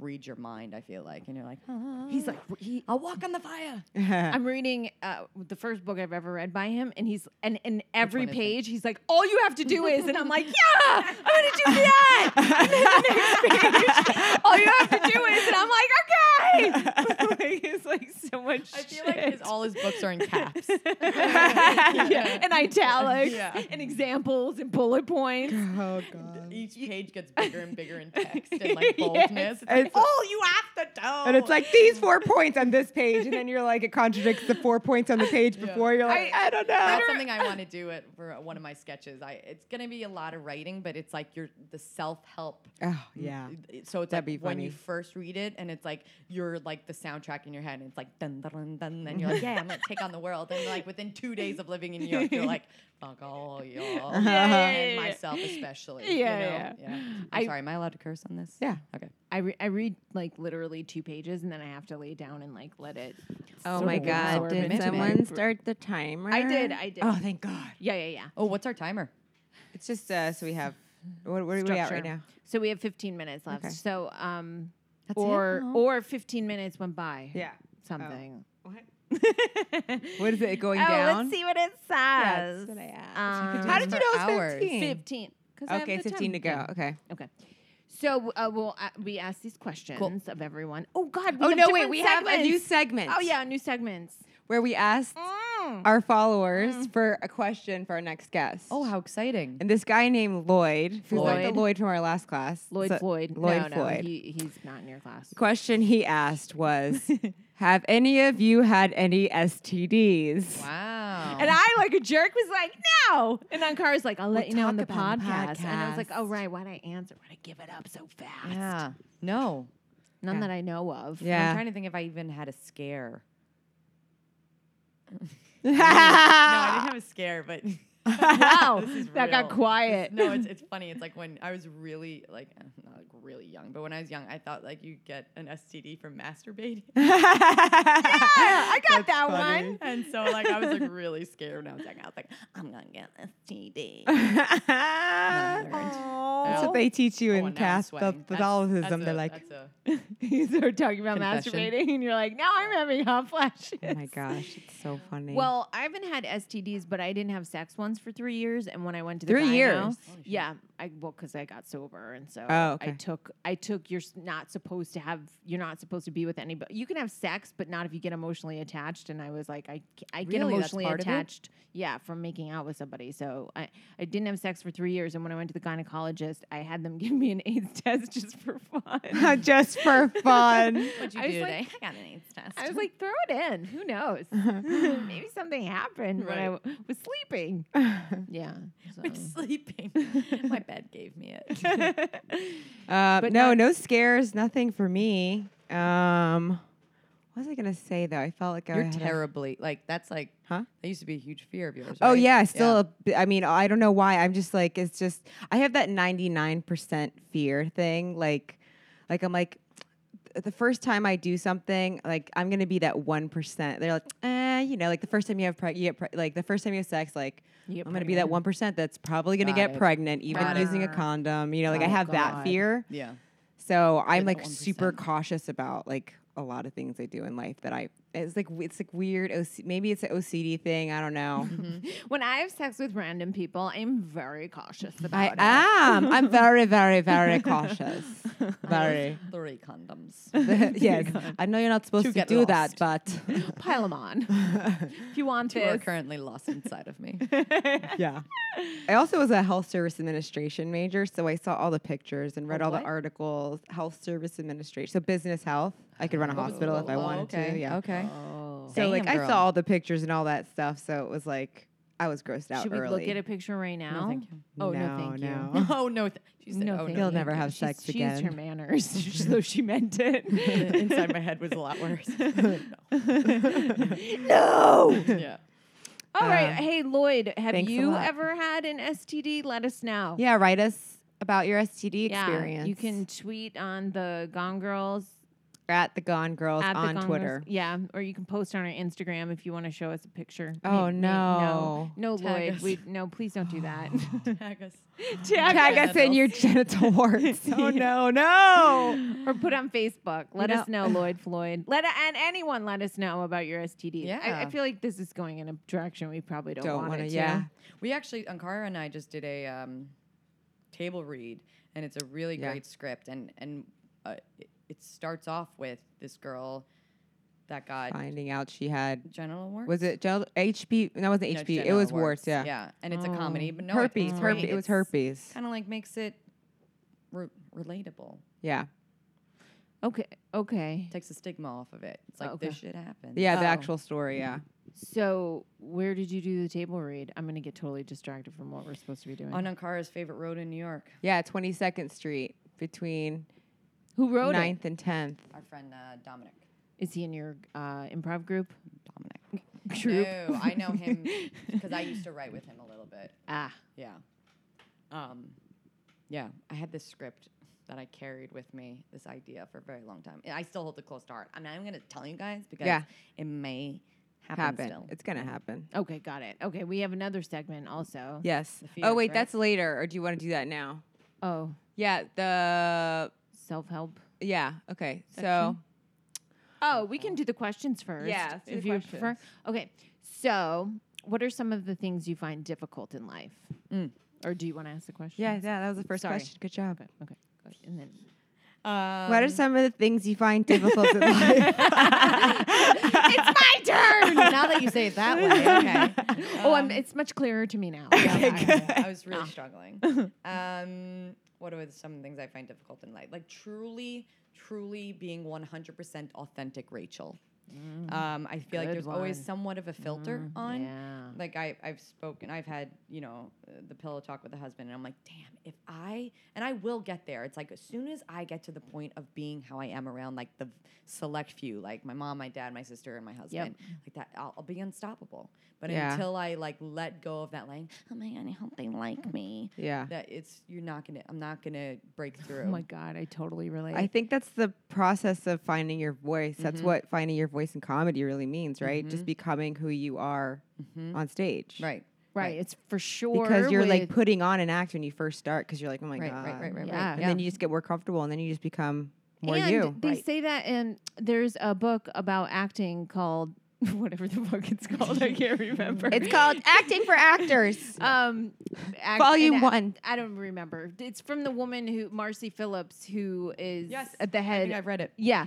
Speaker 5: read your mind. I feel like, and you're like,
Speaker 3: (gasps)
Speaker 5: he's like, he, I'll walk on the fire.
Speaker 3: (laughs)
Speaker 4: I'm reading uh, the first book I've ever read by him, and he's and in every
Speaker 5: one is it?
Speaker 4: page he's like, "All you have to do is," and I'm like, "Yeah, I'm gonna do that." And then the next page, all you have to do is, and I'm like, "Okay." like, it's like so much.
Speaker 5: I feel like his, all his books are in caps. (laughs)
Speaker 4: yeah. (laughs) and italics
Speaker 5: Yeah.
Speaker 4: and examples and bullet points.
Speaker 3: oh god.
Speaker 5: Each page gets bigger and bigger in text and like boldness. It's like, (laughs)
Speaker 3: It's-
Speaker 5: all Oh, you have to do.
Speaker 3: And
Speaker 4: Oh.
Speaker 3: it's like these four points on this page, and then you're like, it contradicts the four points on the page before. You're like, I, don't know.
Speaker 5: That's something I want to do it for one of my sketches. I it's gonna be a lot of writing, but it's like your the self help.
Speaker 3: oh yeah.
Speaker 5: So it's
Speaker 3: That'd
Speaker 5: like
Speaker 3: be
Speaker 5: when
Speaker 3: funny.
Speaker 5: you first read it, and it's like you're like the soundtrack in your head, and it's like dun dun dun dun, and you're like, yeah, I'm gonna take on the world. And like within two days of living in New York,
Speaker 3: (laughs)
Speaker 5: you're like, fuck all y'all,
Speaker 4: yeah,
Speaker 5: and
Speaker 4: yeah, yeah.
Speaker 5: myself especially.
Speaker 4: Yeah,
Speaker 5: you know?
Speaker 4: yeah.
Speaker 5: I'm
Speaker 4: I-
Speaker 5: sorry, am I allowed to curse on this?
Speaker 3: Yeah.
Speaker 5: Okay.
Speaker 4: I, re- I read like literally two pages and then I have to lay down and like let it.
Speaker 3: Oh
Speaker 4: sort
Speaker 3: my
Speaker 4: of
Speaker 3: god.
Speaker 4: absorb
Speaker 3: Did
Speaker 4: into my
Speaker 3: someone
Speaker 4: br-
Speaker 3: start the timer?
Speaker 4: I did. I did.
Speaker 3: Oh, thank God.
Speaker 4: Yeah, yeah, yeah.
Speaker 5: Oh, what's our timer?
Speaker 3: It's
Speaker 4: Oh,
Speaker 3: just uh, so we have. What, what are we at
Speaker 4: Structure.
Speaker 3: right now?
Speaker 4: So we have 15 minutes left.
Speaker 3: Okay.
Speaker 4: So um, That's or or 15 minutes went by.
Speaker 3: Yeah. Oh.
Speaker 4: Something. (laughs)
Speaker 3: What is it going
Speaker 4: oh,
Speaker 3: down?
Speaker 4: let's see what it says. Um,
Speaker 3: How did you know it was
Speaker 5: Hours.
Speaker 3: 15?
Speaker 4: 15. 'cause I have
Speaker 3: Okay,
Speaker 4: the
Speaker 3: 15 to
Speaker 4: time.
Speaker 3: go.
Speaker 4: Yeah.
Speaker 3: Okay.
Speaker 4: Okay. So uh, we'll uh, we ask these questions of everyone. Oh God! We
Speaker 3: Oh,
Speaker 4: have
Speaker 3: no, wait.
Speaker 4: different
Speaker 3: We have a new
Speaker 4: segments.
Speaker 3: segment.
Speaker 4: Oh yeah, new segments.
Speaker 3: Where we asked
Speaker 4: Mm.
Speaker 3: our followers for a question for our next guest.
Speaker 5: Oh, how exciting.
Speaker 3: And this guy named Lloyd, who's like the
Speaker 4: Lloyd.
Speaker 3: Lloyd from our last class.
Speaker 4: Lloyd
Speaker 3: So-
Speaker 4: Floyd.
Speaker 3: Lloyd
Speaker 4: no,
Speaker 3: Floyd.
Speaker 4: No, he, he's not in your class.
Speaker 3: question he asked
Speaker 4: (laughs)
Speaker 3: was Have any of you had any STDs?
Speaker 5: wow.
Speaker 4: And I, like a jerk, was like, "No!" And Ankara's like, "I'll let you know on the
Speaker 3: talk about it on the
Speaker 4: podcast. And I was like, "Oh
Speaker 3: podcast. (laughs)
Speaker 4: right, why'd I answer? Why'd I give it up so fast?
Speaker 5: yeah. No.
Speaker 4: None
Speaker 3: Yeah.
Speaker 4: that I know of. (laughs)
Speaker 5: I'm
Speaker 3: Yeah.
Speaker 5: trying to think if I even had a scare.
Speaker 3: yeah.
Speaker 5: have a scare, but (laughs)
Speaker 4: Wow,
Speaker 5: This is
Speaker 4: that got
Speaker 5: real.
Speaker 4: quiet.
Speaker 5: no, it's, it's funny. It's like when I was really like eh, not like really young, but when I was young, I thought like you get an STD from masturbating, (laughs)
Speaker 4: I got that one.
Speaker 5: and so like I was like really scared when I was young. I was like, I'm gonna get an STD.
Speaker 3: That's what they teach
Speaker 4: Oh,
Speaker 3: you in Cath- Catholicism. They're like,
Speaker 4: (laughs) You start talking about
Speaker 5: Confession.
Speaker 4: masturbating, and you're like, "Now I'm having hot flashes."
Speaker 3: oh my gosh, it's so funny. (laughs)
Speaker 4: Well, I haven't had STDs, but I didn't have sex once for three years. And when I went to the
Speaker 3: Three
Speaker 4: gyno-
Speaker 3: years?
Speaker 4: yeah, I well, because I got sober, and so
Speaker 3: Oh, okay.
Speaker 4: I took I took. You're s- not supposed to have. You're not supposed to be with anybody. You can have sex, but not if you get emotionally attached. And I was like, I ca- I get
Speaker 5: Really? That's
Speaker 4: emotionally
Speaker 5: part of it?
Speaker 4: attached. Yeah, from making out with somebody. So I I didn't have sex for three years, and when I went to the gynecologist, I had them (laughs) give me an AIDS test just for fun.
Speaker 3: just for
Speaker 4: (laughs)
Speaker 3: fun.
Speaker 5: What'd you
Speaker 4: I was
Speaker 5: do
Speaker 4: like-
Speaker 5: today? (laughs) I got an AIDS test.
Speaker 4: I was like, throw it in. Who (laughs) knows? Maybe something happened when I
Speaker 5: Right.
Speaker 4: w- was (laughs) sleeping. yeah. so-
Speaker 5: I'm (laughs) sleeping. My bed gave me it.
Speaker 3: Uh, no, no scares, nothing for me. Um, what was I gonna say though? I felt like I
Speaker 5: You're
Speaker 3: had a-
Speaker 5: terribly like that's like
Speaker 3: Huh?
Speaker 5: That used to be a huge fear of yours.
Speaker 3: Oh
Speaker 5: right?
Speaker 3: yeah, still. a b- I mean, I don't know why. I'm just like it's just I have that 99% fear thing. Like, like I'm like th- the first time I do something, like I'm gonna be that one percent. They're like, eh, you know, like the first time you have preg- you get pre- like the first time you have sex, like I'm
Speaker 4: get
Speaker 3: gonna be that one percent that's probably gonna
Speaker 5: Got
Speaker 3: get
Speaker 5: it.
Speaker 3: pregnant, even
Speaker 5: Got it.
Speaker 3: using a condom. You know, like I
Speaker 4: Oh,
Speaker 3: have that
Speaker 4: God.
Speaker 3: fear.
Speaker 5: Yeah.
Speaker 3: So I'm like
Speaker 5: that 1%.
Speaker 3: super cautious about like a lot of things I do in life that I it's like w- it's like weird. OC, maybe it's an OCD thing. I don't
Speaker 5: (laughs)
Speaker 3: know.
Speaker 4: When I have sex with random people, I'm very cautious
Speaker 3: I
Speaker 4: about it.
Speaker 3: am.
Speaker 5: (laughs)
Speaker 3: I'm very, very, very cautious. Very.
Speaker 5: Three
Speaker 3: (laughs)
Speaker 5: condoms. (laughs)
Speaker 3: yes. I know you're not supposed
Speaker 5: To
Speaker 3: to
Speaker 5: get
Speaker 3: do that,
Speaker 5: lost.
Speaker 3: but
Speaker 5: (laughs)
Speaker 4: (laughs) Pile them on. if you want
Speaker 5: Two are
Speaker 4: this.
Speaker 5: currently lost inside
Speaker 3: (laughs)
Speaker 5: of me.
Speaker 3: yeah. I also was a health service administration major, so I saw all the pictures and read all the
Speaker 5: what?
Speaker 3: articles. Health service administration, so business health. I could run a hospital if I
Speaker 5: Oh,
Speaker 3: wanted
Speaker 5: okay.
Speaker 3: to. Yeah.
Speaker 5: Okay.
Speaker 4: Oh.
Speaker 3: So like
Speaker 5: Damn,
Speaker 3: I
Speaker 5: girl.
Speaker 3: saw all the pictures and all that stuff, so it was like I was grossed out
Speaker 4: Should we
Speaker 3: early.
Speaker 4: look at a picture right now?
Speaker 5: thank you.
Speaker 4: Oh, no, thank you.
Speaker 3: no. (laughs)
Speaker 5: Oh (laughs) no. Th- she said,
Speaker 4: No,
Speaker 5: oh,
Speaker 4: thank
Speaker 3: You'll
Speaker 4: you.
Speaker 3: never have
Speaker 4: She's-
Speaker 3: sex
Speaker 4: she
Speaker 3: again.
Speaker 4: used her manners, (laughs) though she meant (laughs) it.
Speaker 5: (laughs) inside my head was a lot worse. (laughs)
Speaker 3: no.
Speaker 5: Yeah. (laughs)
Speaker 4: All right.
Speaker 3: Uh,
Speaker 4: hey, Lloyd, have
Speaker 3: thanks a
Speaker 4: you
Speaker 3: lot.
Speaker 4: ever had an STD? Let us know.
Speaker 3: Yeah, write us about your STD
Speaker 4: Yeah,
Speaker 3: experience.
Speaker 4: You can tweet on the Gone Girls
Speaker 3: at the Gone Girls
Speaker 4: at the
Speaker 3: on
Speaker 4: Gone Girls- (laughs)
Speaker 3: Twitter. (laughs)
Speaker 4: Yeah, or you can post on our Instagram if you want to show us a picture. May-
Speaker 3: Oh,
Speaker 4: may-
Speaker 3: no.
Speaker 4: no,
Speaker 5: Tag
Speaker 4: Lloyd.
Speaker 5: us.
Speaker 4: We no, please don't
Speaker 3: (gasps)
Speaker 4: do that. (laughs)
Speaker 5: Tag us.
Speaker 4: Tag
Speaker 3: Tag
Speaker 5: us
Speaker 3: us in your
Speaker 5: (laughs)
Speaker 3: genital warts. oh no, no.
Speaker 4: (laughs) or put on Facebook. Let
Speaker 3: You
Speaker 4: us know, Lloyd Floyd. Let and anyone let us know about your STD. I,
Speaker 5: Yeah.
Speaker 4: I feel like this is going in a direction we probably don't,
Speaker 3: Don't
Speaker 4: want
Speaker 3: wanna-
Speaker 4: it to.
Speaker 3: yeah.
Speaker 5: We actually, Ankara and I just did a um, table read, and it's a really
Speaker 3: Yeah.
Speaker 5: great script. And and uh, it, it starts off with this girl that got
Speaker 3: Finding out she had
Speaker 5: genital warts.
Speaker 3: was it gel- HB? No, it wasn't
Speaker 5: No,
Speaker 3: HB. It
Speaker 5: genital
Speaker 3: was warts. Yeah.
Speaker 5: Yeah, and
Speaker 3: Oh.
Speaker 5: it's a comedy, but no,
Speaker 3: herpes. Herpes. It was herpes.
Speaker 5: Kind of like makes it re- relatable.
Speaker 3: Yeah.
Speaker 4: Okay. Okay.
Speaker 5: Takes the stigma off of it. It's like
Speaker 4: Okay.
Speaker 5: this shit happened.
Speaker 3: Yeah. The
Speaker 4: Oh.
Speaker 3: actual story. Yeah.
Speaker 4: (laughs) So where did you do the table read? I'm gonna get totally distracted from what we're supposed to be doing.
Speaker 5: On Ankara's Oh, favorite road in New York,
Speaker 3: Yeah. Twenty second Street between
Speaker 4: Who wrote it?
Speaker 3: ninth and tenth.
Speaker 5: our friend uh, Dominic.
Speaker 4: Is he in your uh, improv group?
Speaker 5: Dominic.
Speaker 4: Troop.
Speaker 5: No, I
Speaker 3: (laughs)
Speaker 5: know him because I used to write with him a little bit.
Speaker 4: Ah.
Speaker 5: Yeah. Um, yeah, I had this script that I carried with me, this idea for a very long time. And I still hold it close to heart. I'm not even going to tell you guys because
Speaker 3: Yeah.
Speaker 5: it may happen,
Speaker 3: Happen.
Speaker 5: still.
Speaker 3: It's gonna happen.
Speaker 4: Okay, got it. Okay, we have another segment also.
Speaker 3: Yes.
Speaker 5: The fears,
Speaker 3: oh wait,
Speaker 5: right?
Speaker 3: that's later. Or do you want to do that now?
Speaker 4: Oh,
Speaker 3: Yeah. The
Speaker 4: self help.
Speaker 3: Yeah. Okay. So
Speaker 4: Section? Oh, we can do the questions first.
Speaker 3: Yeah, let's do the
Speaker 4: if you prefer.
Speaker 3: questions.
Speaker 4: Okay. So, what are some of the things you find difficult in life? Or do you want to ask the
Speaker 3: Mm.
Speaker 4: question?
Speaker 3: yeah, yeah, that was the first
Speaker 4: Sorry.
Speaker 3: question. Good job.
Speaker 4: Okay. Okay. Good. And then
Speaker 3: what are some of the things you find difficult in life?
Speaker 4: (laughs) it's my turn. (laughs) now that you say it
Speaker 3: (laughs)
Speaker 4: that way, okay. oh,
Speaker 3: Um,
Speaker 4: I'm, it's much clearer to me now.
Speaker 5: I, I
Speaker 4: (laughs)
Speaker 5: was
Speaker 4: Ah.
Speaker 5: really struggling. Um, what are some things I find difficult in life? Like truly, truly being 100% authentic Rachel. Um, I feel like
Speaker 4: Mm, Good
Speaker 5: there's always
Speaker 4: one. Mm-hmm,
Speaker 5: somewhat of a filter on.
Speaker 4: yeah.
Speaker 5: Like I, I've spoken, I've had, you know, uh, the pillow talk with the husband, and I'm like, damn, if I, and I will get there. It's like as soon as I get to the point of being how I am around like the v- select few, like my mom, my dad, my sister, and my husband, like that, I'll, I'll be unstoppable. But
Speaker 3: Yeah.
Speaker 5: until I like let go of that, like, oh my god, I hope they like me.
Speaker 3: yeah.
Speaker 5: That it's you're not gonna, I'm not gonna break through.
Speaker 4: (laughs) Oh my god, I totally relate.
Speaker 3: I think that's the process of finding your voice. That's what finding your voice in comedy really means, right? Just becoming who you are on stage.
Speaker 5: Right.
Speaker 4: right. It's for sure
Speaker 3: Because you're like
Speaker 4: with-
Speaker 3: putting on an act when you first start because you're like, oh my
Speaker 5: Right,
Speaker 3: God.
Speaker 5: right, right, right,
Speaker 4: Yeah.
Speaker 5: right.
Speaker 3: And then you just get more comfortable and then you just become more
Speaker 4: and
Speaker 3: you.
Speaker 4: They say that, and there's a book about acting called (laughs) whatever the book it's called. I can't remember.
Speaker 3: It's called Acting for Actors.
Speaker 4: (laughs) um, act-
Speaker 3: Volume
Speaker 4: and I-
Speaker 3: one.
Speaker 4: I don't remember. It's from the woman who Marcy Phillips, who is
Speaker 5: Yes,
Speaker 4: at the head.
Speaker 5: think I've read it.
Speaker 4: Yeah,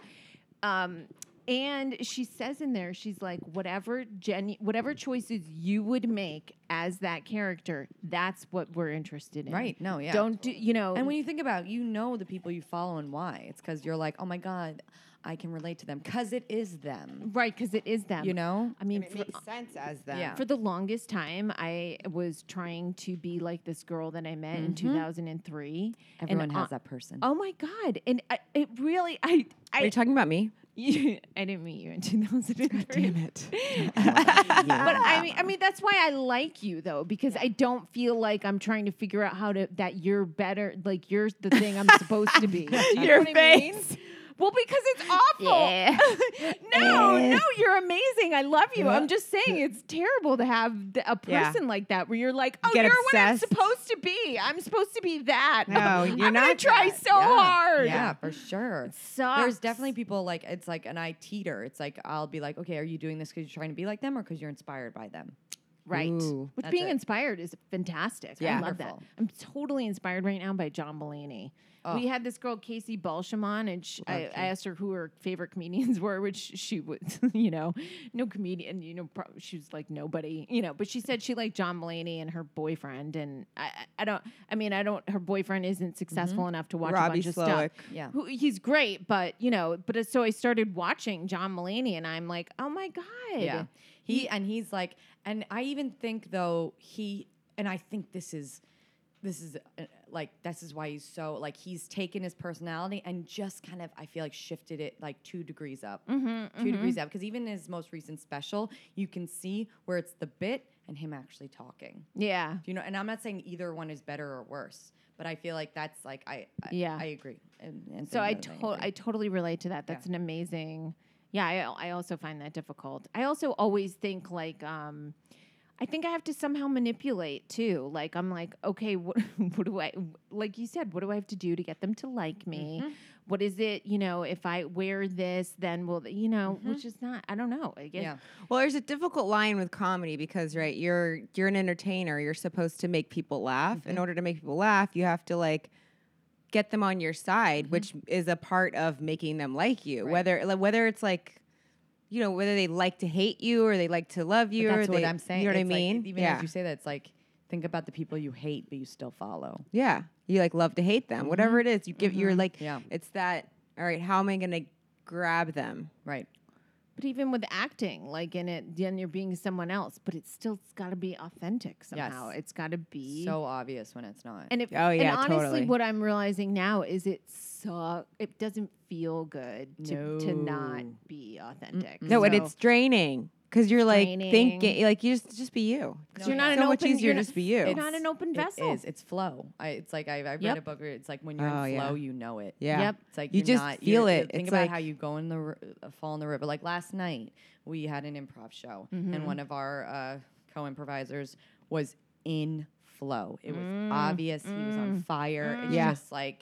Speaker 4: um, and she says in there, she's like, whatever genu- whatever choices you would make as that character, that's what we're interested in.
Speaker 5: Right. No, yeah.
Speaker 4: Don't do you know?
Speaker 5: And when you think about, it, you know the people you follow and why. It's because you're like, oh my god, I can relate to them because it is them.
Speaker 4: right because it is them.
Speaker 5: You know.
Speaker 4: I mean,
Speaker 3: it
Speaker 4: for-
Speaker 3: makes sense as that.
Speaker 5: Yeah.
Speaker 4: for the longest time i was trying to be like this girl that i met in 2003 And
Speaker 5: Mm-hmm. Everyone has
Speaker 4: on-
Speaker 5: that person.
Speaker 4: oh my god and I, it really i
Speaker 3: Are you
Speaker 4: I,
Speaker 3: talking about me?
Speaker 4: I didn't meet you (laughs) in 2003 (laughs)
Speaker 3: it.
Speaker 4: but I mean, I mean that's why I like you though because I don't feel like I'm trying to figure out how to that you're better like you're
Speaker 3: (laughs)
Speaker 4: the thing I'm supposed to be. Do you
Speaker 3: Your
Speaker 4: know what I mean?
Speaker 3: face.
Speaker 4: Well, because it's awful. (laughs) no, no, you're amazing. I love you. I'm just saying it's terrible to have th- a
Speaker 3: Yeah.
Speaker 4: person like that where you're like, oh,
Speaker 3: Get
Speaker 4: you're what I'm
Speaker 3: obsessed.
Speaker 4: supposed to be. I'm supposed to be that.
Speaker 3: No, you're
Speaker 4: (laughs) I'm gonna
Speaker 3: not
Speaker 4: try
Speaker 3: that.
Speaker 4: so hard.
Speaker 5: Yeah, for sure.
Speaker 4: sucks.
Speaker 5: There's definitely people like it's like an I teeter. It's like I'll be like, okay, are you doing this because you're trying to be like them or because you're inspired by them?
Speaker 4: Right.
Speaker 3: Ooh,
Speaker 4: Which
Speaker 5: that's
Speaker 4: being
Speaker 5: it.
Speaker 4: inspired is fantastic. I
Speaker 5: Yeah.
Speaker 4: love that.
Speaker 5: Wonderful.
Speaker 4: I'm totally inspired right now by John Mulaney. We had this girl Casey Balsham on, and sh I, I asked her who her favorite comedians (laughs) were, which she was, you know, no comedian. You know, pro- she was like nobody, you know. But she said she liked John Mulaney and her boyfriend, and I, I- I don't. I mean, I don't. Her boyfriend isn't successful enough to watch
Speaker 3: Mm-hmm. Robbie
Speaker 4: a bunch of stuff.
Speaker 3: Slowick.
Speaker 5: Yeah.
Speaker 4: Who, he's great, but you know, but it's- so I started watching John Mulaney, and I'm like, oh my god,
Speaker 5: Yeah. He, and he's like, and I even think though he and I think this is this is uh, like this is why he's so like he's taken his personality and just kind of I feel like shifted it like two degrees up, mm-hmm, 2 degrees up because even in his most recent special you can see where it's the bit and him actually talking.
Speaker 4: yeah.
Speaker 5: Do you know? And I'm not saying either one is better or worse, but I feel like that's like I, I
Speaker 4: Yeah.
Speaker 5: I agree. And, and
Speaker 4: So I,
Speaker 5: to-
Speaker 4: to- I totally relate to that. That's an amazing. Yeah, I, I also find that difficult. I also always think like, um, I think I have to somehow manipulate too. Like I'm like, okay, what, (laughs) what do I like? You said, what do I have to do to get them to like me?
Speaker 5: Mm-hmm.
Speaker 4: What is it? You know, if I wear this, then will they- you know? Which is not. I don't know. I
Speaker 5: Mm-hmm.
Speaker 4: guess.
Speaker 5: Yeah.
Speaker 3: Well, there's a difficult line with comedy because right, you're you're an entertainer. You're supposed to make people laugh.
Speaker 5: Mm-hmm.
Speaker 3: In order to make people laugh, you have to like get them on your side,
Speaker 5: Mm-hmm.
Speaker 3: which is a part of making them like you. Whether like, whether it's like you know whether they like to hate you or they like to love you.
Speaker 5: But that's
Speaker 3: or
Speaker 5: what
Speaker 3: they-
Speaker 5: I'm saying.
Speaker 3: You know what I
Speaker 5: It's like,
Speaker 3: mean?
Speaker 5: even
Speaker 3: yeah,
Speaker 5: as you say that, it's like think about the people you hate but you still follow.
Speaker 3: yeah. You like love to hate them. Whatever it is, you give. You're like,
Speaker 5: Mm-hmm. Yeah.
Speaker 3: It's that. All right. How am I gonna grab them?
Speaker 5: Right.
Speaker 4: But even with acting, like in it, then you're being someone else. But it's still it's got to be authentic somehow. It's got to be
Speaker 5: So obvious when it's not.
Speaker 4: And if,
Speaker 3: Oh, yeah,
Speaker 4: and honestly,
Speaker 3: totally.
Speaker 4: what I'm realizing now is it suck. It doesn't feel good to, to not
Speaker 5: No.
Speaker 4: be authentic.
Speaker 3: No, and it's draining because you're like
Speaker 4: Draining.
Speaker 3: thinking, like you just just be you.
Speaker 4: 'Cause you're not
Speaker 3: so
Speaker 4: an
Speaker 3: much
Speaker 4: open,
Speaker 3: easier
Speaker 4: you're not-
Speaker 3: just be you.
Speaker 4: You're not an open vessel.
Speaker 5: It is. It's flow. I, it's like I, I read
Speaker 4: Yep.
Speaker 5: a book where it's like when you're
Speaker 3: Oh,
Speaker 5: in
Speaker 3: yeah.
Speaker 5: flow, you know it.
Speaker 3: Yeah.
Speaker 4: Yep.
Speaker 5: It's like
Speaker 3: You
Speaker 5: you're
Speaker 3: just
Speaker 5: not-
Speaker 3: feel
Speaker 5: you're-
Speaker 3: it.
Speaker 5: Think
Speaker 3: It's
Speaker 5: about
Speaker 3: like-
Speaker 5: how you go in the r- uh, fall in the river. Like last night, we had an improv show,
Speaker 4: Mm-hmm.
Speaker 5: and one of our uh, co-improvisers
Speaker 4: Mm.
Speaker 5: was in flow. It was obvious he was on fire. It's
Speaker 3: Yeah.
Speaker 5: just like.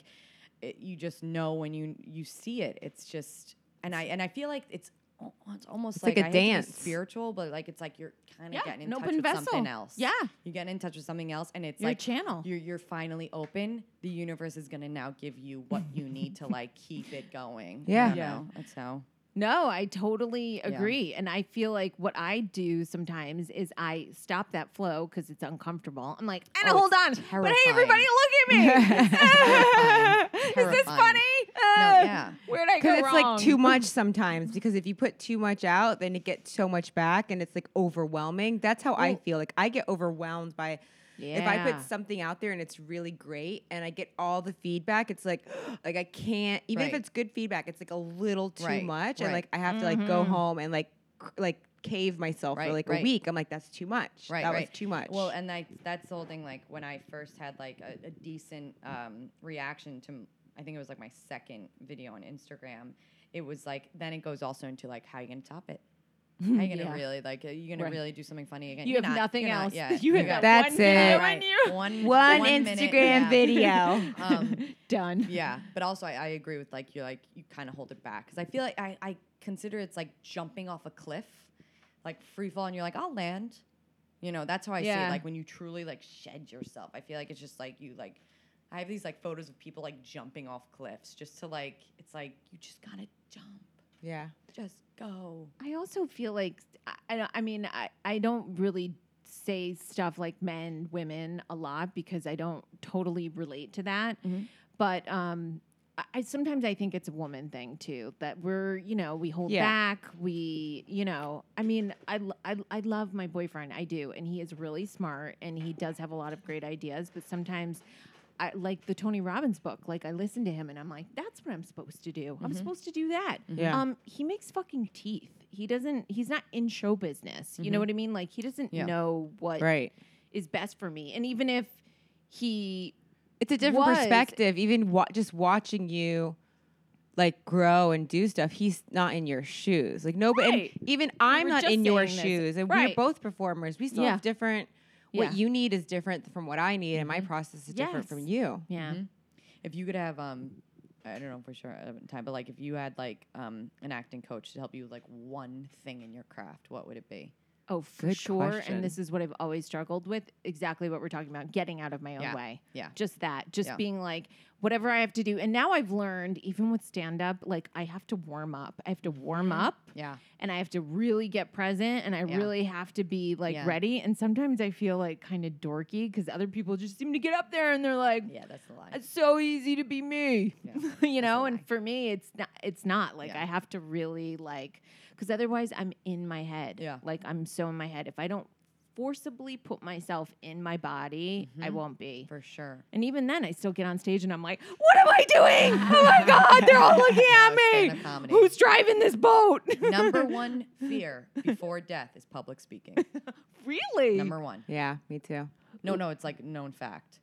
Speaker 5: it, you just know when you you see it. It's just and I and I feel like it's al- it's almost
Speaker 3: like
Speaker 5: a
Speaker 3: a dance.
Speaker 5: spiritual, but like it's like you're kind of
Speaker 4: Yeah,
Speaker 5: getting in
Speaker 4: an
Speaker 5: touch
Speaker 4: open
Speaker 5: with something
Speaker 4: vessel.
Speaker 5: else.
Speaker 4: Yeah.
Speaker 5: you're getting in touch with something else, and it's
Speaker 4: Your
Speaker 5: like
Speaker 4: channel.
Speaker 5: You're you're finally open. The universe is gonna now give you what you need to
Speaker 4: (laughs)
Speaker 5: like keep it going.
Speaker 3: Yeah.
Speaker 5: you
Speaker 4: Yeah.
Speaker 5: know? that's how.
Speaker 4: No, I totally agree. And I feel like what I do sometimes is I stop that flow because it's uncomfortable. I'm like, and
Speaker 5: Oh,
Speaker 4: hold on.
Speaker 5: it's
Speaker 4: But hey,
Speaker 3: (laughs)
Speaker 4: everybody, look
Speaker 5: terrifying.
Speaker 4: at me. is (laughs) this
Speaker 5: Terrifying.
Speaker 4: funny? Uh,
Speaker 5: yeah.
Speaker 4: Where'd I go
Speaker 3: Because it's
Speaker 4: wrong?
Speaker 3: like too much sometimes. Because if you put too much out, then it gets so much back, and it's like overwhelming. That's how I feel. Like I get overwhelmed by. If I
Speaker 4: Yeah.
Speaker 3: put something out there and it's really great, and I get all the feedback, it's like, (gasps) like I can't. Even if
Speaker 5: Right.
Speaker 3: it's good feedback, it's like a little too
Speaker 5: Right,
Speaker 3: much, and
Speaker 5: right.
Speaker 3: like I have to like go home and like, cr- like cave myself
Speaker 5: Right,
Speaker 3: for like
Speaker 5: right.
Speaker 3: a week. I'm like, that's too much.
Speaker 5: Right,
Speaker 3: that
Speaker 5: right.
Speaker 3: was too much.
Speaker 5: Well, and like that's the whole thing. Like when I first had like a, a decent um, reaction to, m- I think it was like my second video on Instagram. It was like then it goes also into like how you gonna top it. How you gonna
Speaker 4: (laughs) Yeah.
Speaker 5: really like? Are you gonna
Speaker 4: Right.
Speaker 5: really do something funny again?
Speaker 4: You
Speaker 5: You're
Speaker 4: have
Speaker 5: not-
Speaker 4: nothing
Speaker 5: you're not-
Speaker 4: else.
Speaker 5: yeah,
Speaker 4: (laughs) You have
Speaker 5: got-
Speaker 4: that
Speaker 3: That's
Speaker 4: one video
Speaker 3: it.
Speaker 4: in
Speaker 5: (laughs)
Speaker 4: you.
Speaker 5: One
Speaker 3: one,
Speaker 5: minute,
Speaker 3: Instagram
Speaker 5: yeah.
Speaker 4: (laughs)
Speaker 3: video.
Speaker 5: Um,
Speaker 3: (laughs)
Speaker 4: Done.
Speaker 5: yeah, but also I, I agree with like you're like you kind of hold it back because I feel like I, I consider it's like jumping off a cliff, like free fall, and you're like I'll land. You know that's how I see
Speaker 4: Yeah.
Speaker 5: it. Like when you truly like shed yourself, I feel like it's just like you like. I have these like photos of people like jumping off cliffs just to like it's like you just gotta jump,
Speaker 3: yeah.
Speaker 5: just go.
Speaker 4: I also feel like I- I, don't- I mean I, I don't really say stuff like men women a lot because I don't totally relate to that, but um, I, I sometimes I think it's a woman thing too that we're you know we hold
Speaker 3: Yeah.
Speaker 4: back we you know I mean I, l- I I love my boyfriend I do and he is really smart and he does have a lot of great ideas but sometimes. I, like the Tony Robbins book, like I listen to him and I'm like, that's what I'm supposed to do. I'm supposed to do that.
Speaker 3: Mm-hmm. Yeah.
Speaker 4: Um, he makes fucking teeth. He doesn't. He's not in show business. You know what I mean? Like he doesn't
Speaker 5: Yeah.
Speaker 4: know what is
Speaker 3: Mm-hmm. Right.
Speaker 4: best for me. And even if he,
Speaker 3: it's a different
Speaker 4: was-
Speaker 3: perspective. Even wa- just watching you like grow and do stuff, he's not in your shoes. Like nobody, and
Speaker 4: Right.
Speaker 3: even I'm
Speaker 4: were
Speaker 3: not
Speaker 4: just
Speaker 3: in your
Speaker 4: saying this.
Speaker 3: shoes. And we're
Speaker 4: Right.
Speaker 3: both performers. We still
Speaker 4: Yeah.
Speaker 3: have different. What
Speaker 4: Yeah. Mm-hmm.
Speaker 3: you need is different from what I need, and my process is different from
Speaker 4: Yes.
Speaker 3: you.
Speaker 4: yeah,
Speaker 5: If you could have um, I don't know for sure I haven't time, but like if you had like um an acting coach to help you with like one thing in your craft, what would it be?
Speaker 4: oh for
Speaker 3: Good
Speaker 4: sure.
Speaker 3: question.
Speaker 4: And this is what I've always struggled with. Exactly what we're talking about: getting out of my own
Speaker 5: Yeah.
Speaker 4: way.
Speaker 5: Yeah.
Speaker 4: Just that. Just
Speaker 5: Yeah.
Speaker 4: being like whatever I have to do. And now I've learned, even with stand up, like I have to warm up. I have to warm up.
Speaker 5: Mm-hmm. Yeah.
Speaker 4: and I have to really get present and I
Speaker 5: Yeah.
Speaker 4: really have to be like
Speaker 5: Yeah.
Speaker 4: ready. And sometimes I feel like kind of dorky because other people just seem to get up there and they're like,
Speaker 5: Yeah, that's the lie.
Speaker 4: it's so easy to be me, (laughs)
Speaker 5: Yeah,
Speaker 4: you
Speaker 5: that's
Speaker 4: know.
Speaker 5: a
Speaker 4: And
Speaker 5: lie.
Speaker 4: for me, it's not. It's not like
Speaker 5: Yeah.
Speaker 4: I have to really like because otherwise I'm in my head.
Speaker 5: Yeah.
Speaker 4: like I'm so in my head. If I don't forcibly put myself in my body, I won't be.
Speaker 5: Mm-hmm. For sure.
Speaker 4: and even then, I still get on stage and I'm like, "What am I
Speaker 5: (laughs)
Speaker 4: doing? Oh my god, they're all looking
Speaker 5: No,
Speaker 4: at
Speaker 5: stand-up
Speaker 4: me!
Speaker 5: comedy.
Speaker 4: Who's driving this boat?" (laughs)
Speaker 5: Number one fear before death is
Speaker 3: (laughs)
Speaker 5: public speaking.
Speaker 4: really?
Speaker 5: Number one.
Speaker 3: Yeah, me too.
Speaker 5: No, no, it's like known fact.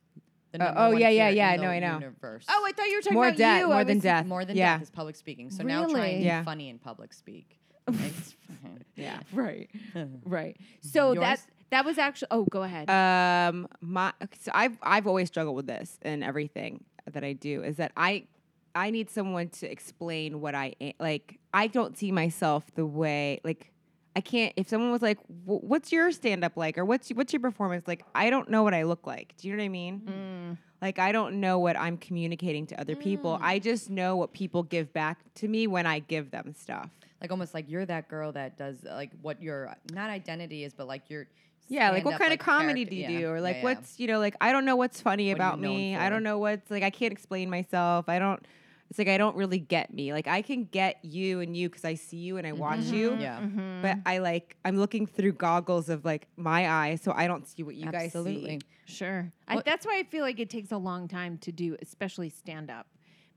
Speaker 5: The
Speaker 3: Oh,
Speaker 5: number
Speaker 3: oh,
Speaker 5: one
Speaker 3: yeah, yeah,
Speaker 5: fear in
Speaker 3: yeah, I
Speaker 5: the
Speaker 3: know, I know.
Speaker 5: Universe.
Speaker 4: Oh, I thought you were talking
Speaker 3: More
Speaker 4: about
Speaker 3: death,
Speaker 4: you.
Speaker 3: more
Speaker 4: I
Speaker 3: than
Speaker 4: was-
Speaker 3: death.
Speaker 5: more than
Speaker 3: yeah.
Speaker 5: death is public speaking. So now try and
Speaker 4: Really?
Speaker 5: be
Speaker 3: Yeah.
Speaker 5: funny in public speak.
Speaker 3: (laughs)
Speaker 5: (laughs) It's fine.
Speaker 3: Yeah.
Speaker 4: Right.
Speaker 5: (laughs)
Speaker 4: Right. So
Speaker 5: Yours?
Speaker 4: that that was actually. Oh, go ahead.
Speaker 3: Um, my so I've I've always struggled with this in everything that I do is that I I need someone to explain what I am. Like I don't see myself the way like I can't. If someone was like, "Wh- "What's your stand up like?" or "What's what's your performance like?" I don't know what I look like. Do you know what I mean? Like I don't know what I'm communicating to other people. I just know what people give back to me when I give them stuff.
Speaker 5: Like almost like you're that girl that does uh, like what your not identity is, but like your
Speaker 3: Yeah, like what
Speaker 5: stand-up,
Speaker 3: kind of comedy
Speaker 5: character-
Speaker 3: do you
Speaker 5: yeah,
Speaker 3: do? Or like
Speaker 5: yeah, yeah.
Speaker 3: what's you know, like I don't know what's funny
Speaker 5: What are you
Speaker 3: about
Speaker 5: known
Speaker 3: me.
Speaker 5: for?
Speaker 3: I don't know what's like I can't explain myself. I don't it's like I don't really get me. Like I can get you and you because I see you and I watch you.
Speaker 5: Mm-hmm. yeah.
Speaker 3: But I like I'm looking through goggles of like my eyes, so I don't see what you
Speaker 5: Absolutely.
Speaker 3: guys see.
Speaker 4: sure. I, that's why I feel like it takes a long time to do, especially stand up,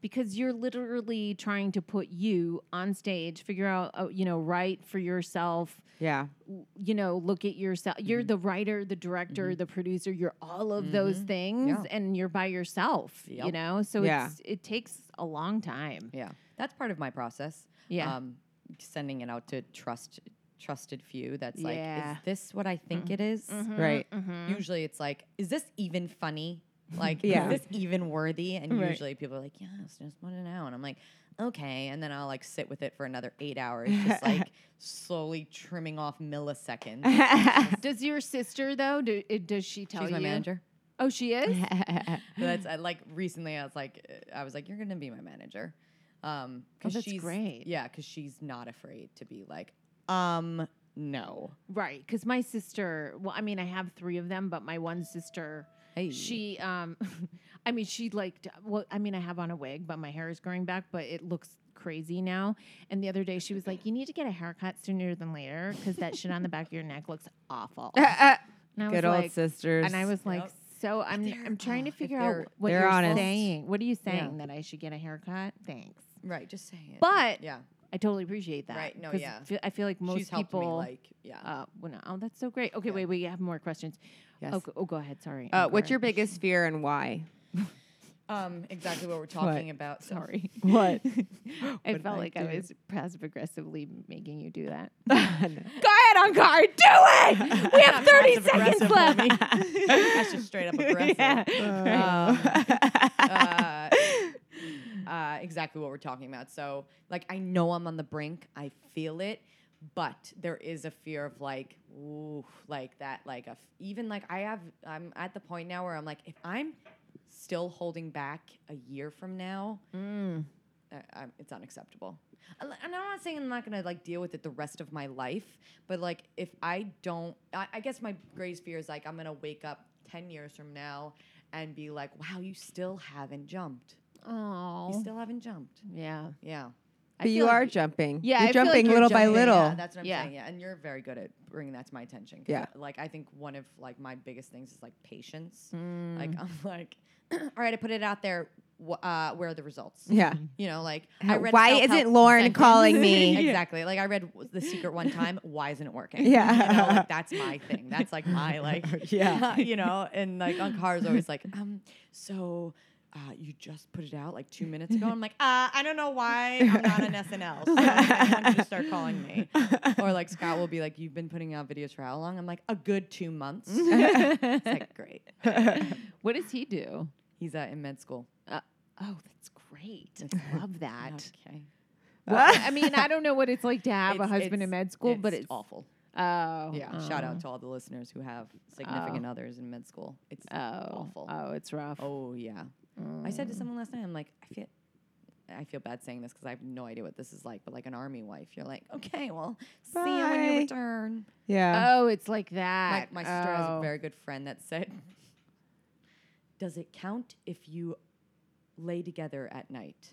Speaker 4: because you're literally trying to put you on stage, figure out, uh, you know, write for yourself.
Speaker 3: Yeah.
Speaker 4: w- you know, look at yourself. You're
Speaker 5: Mm-hmm.
Speaker 4: the writer, the director, the producer. You're all of those things,
Speaker 5: Yeah.
Speaker 4: and you're by yourself. You
Speaker 5: Yep.
Speaker 4: know, so
Speaker 3: Yeah.
Speaker 4: it's, it takes a long time.
Speaker 5: Yeah, that's part of my process.
Speaker 4: Yeah.
Speaker 5: um, sending it out to trust trusted few. That's like,
Speaker 4: Yeah.
Speaker 3: Mm-hmm.
Speaker 5: is this what I think it is?
Speaker 3: Right. (laughs)
Speaker 4: Mm-hmm.
Speaker 5: (laughs) Usually, it's like, is this even funny? Like,
Speaker 3: Yeah.
Speaker 5: is this even worthy? And
Speaker 4: Right.
Speaker 5: usually people are like, yeah, it's just want to know. And I'm like, okay. And then I'll like sit with it for another eight hours,
Speaker 3: (laughs)
Speaker 5: just like slowly trimming off milliseconds. She's
Speaker 3: Uh,
Speaker 4: Does your sister though? Do, it, does she tell
Speaker 5: my
Speaker 4: you?
Speaker 5: manager.
Speaker 4: Oh, she is.
Speaker 5: (laughs) But that's I, like recently. I was like, uh, I was like, you're gonna be my manager, um, because
Speaker 4: Oh, that's
Speaker 5: she's
Speaker 4: great.
Speaker 5: Yeah, because she's not afraid to be like, um, no.
Speaker 4: Right, because my sister. Well, I mean, I have three of them, but my one sister.
Speaker 5: Hey.
Speaker 4: She, um, (laughs) I mean, she like. d- Well, I mean, I have on a wig, but my hair is growing back, but it looks crazy now. And the other day, she was like, "You need to get a haircut sooner than later because that shit on the back of your neck looks
Speaker 3: (laughs)
Speaker 4: awful." and I
Speaker 3: Good old
Speaker 4: like-
Speaker 3: sisters.
Speaker 4: And I was like,
Speaker 5: Yep.
Speaker 4: "So I'm,
Speaker 5: they're-
Speaker 4: I'm trying to
Speaker 5: oh, if
Speaker 4: figure
Speaker 5: they're-
Speaker 4: out what
Speaker 3: they're
Speaker 4: you're
Speaker 3: honest.
Speaker 4: saying. What are you saying that I should get a haircut? Thanks."
Speaker 5: Right, just saying it.
Speaker 4: But-
Speaker 5: yeah,
Speaker 4: I totally appreciate that.
Speaker 5: Right, no,
Speaker 4: 'cause
Speaker 5: yeah.
Speaker 4: fe- I feel like most
Speaker 5: she's helped
Speaker 4: people
Speaker 5: me. Like, yeah.
Speaker 4: uh, well, no, oh, that's so great. Okay, wait, we have more questions.
Speaker 3: Yes.
Speaker 4: Oh, go, oh, go ahead. Sorry.
Speaker 3: uh,
Speaker 4: I'm
Speaker 3: what's your
Speaker 4: sorry.
Speaker 3: biggest fear and why?
Speaker 5: um, exactly
Speaker 4: (laughs)
Speaker 5: what we're talking about. So
Speaker 4: Sorry. (laughs)
Speaker 3: What?
Speaker 4: I
Speaker 3: did
Speaker 4: felt
Speaker 3: I
Speaker 4: like I
Speaker 3: do?
Speaker 4: was passive aggressively making you do that. (laughs)
Speaker 3: Go
Speaker 4: ahead, Ankar. Do it. We have 30
Speaker 5: aggressive,
Speaker 4: seconds left.
Speaker 5: (laughs) That's just straight
Speaker 4: (laughs)
Speaker 5: up aggressive. Um, uh, uh, exactly what we're talking about. So, like, I know I'm on the brink. I feel it, but there is a fear of like, ooh, like that, like a f- even like I have. I'm at the point now where I'm like, if I'm still holding back a year from now,
Speaker 4: Mm.
Speaker 5: uh, um, it's unacceptable. And li- and I'm not saying I'm not gonna like deal with it the rest of my life, but like if I don't, I, I guess my greatest fear is like I'm gonna wake up ten years from now and be like, wow, you still haven't jumped. You
Speaker 4: Oh,
Speaker 5: still haven't jumped.
Speaker 3: (laughs)
Speaker 4: yeah.
Speaker 5: Yeah.
Speaker 3: But you are jumping.
Speaker 4: Yeah,
Speaker 3: you're
Speaker 4: I feel like
Speaker 3: jumping
Speaker 4: you're
Speaker 3: little by
Speaker 4: jumping.
Speaker 3: little.
Speaker 5: Yeah, that's what I'm
Speaker 4: Yeah.
Speaker 5: saying. Yeah, and you're very good at bringing that to my attention. 'cause,
Speaker 3: Yeah.
Speaker 5: uh, Like I think one of like my biggest things is like patience.
Speaker 3: Mm.
Speaker 5: Like I'm like, (clears throat) all right, I put it out there. Wh- uh, where are
Speaker 3: (laughs)
Speaker 5: the results?
Speaker 3: Yeah.
Speaker 5: You know, like
Speaker 3: How-
Speaker 5: I read a
Speaker 3: why
Speaker 5: self-help
Speaker 3: isn't Lauren
Speaker 5: sentence. (laughs)
Speaker 3: calling me? Yeah.
Speaker 5: exactly. Like I read w- The Secret one time. Why isn't it working? You know,
Speaker 3: Yeah. (laughs)
Speaker 5: like that's my thing. That's like my like.
Speaker 3: Yeah.
Speaker 5: (laughs) you know, and like on cars always like um so. Uh, you just put it out like two minutes ago. I'm like, uh, I don't know why I'm not on SNL. So I want you to start calling
Speaker 3: (laughs)
Speaker 5: me. Or like Scott will be like, You've been putting out videos for how long? I'm like, A good
Speaker 3: (laughs)
Speaker 5: two months. it's like, Great.
Speaker 4: What does he do?
Speaker 5: He's uh, in med school.
Speaker 4: Uh, oh, that's great. I (laughs) love that.
Speaker 5: Okay.
Speaker 4: Well, I mean, I don't know what it's like to have a
Speaker 5: It's-
Speaker 4: husband
Speaker 5: it's-
Speaker 4: in med school, but it's
Speaker 5: awful.
Speaker 4: Oh,
Speaker 5: Yeah.
Speaker 4: Oh,
Speaker 5: Shout out to all the listeners who have significant others in med school. It's
Speaker 4: Oh,
Speaker 5: awful.
Speaker 4: oh, Mm. it's rough.
Speaker 5: Oh yeah. I said to someone last night, I'm like, I feel I feel bad saying this because I have no idea what this is like, but like an army wife, you're like, okay, well, see you when
Speaker 3: Bye."
Speaker 5: you return.
Speaker 3: Yeah.
Speaker 4: Oh, it's like
Speaker 5: My,
Speaker 4: that.
Speaker 5: my sister has a
Speaker 4: Oh.
Speaker 5: very good friend that said, does it count if you lay together at
Speaker 4: (laughs)
Speaker 5: night?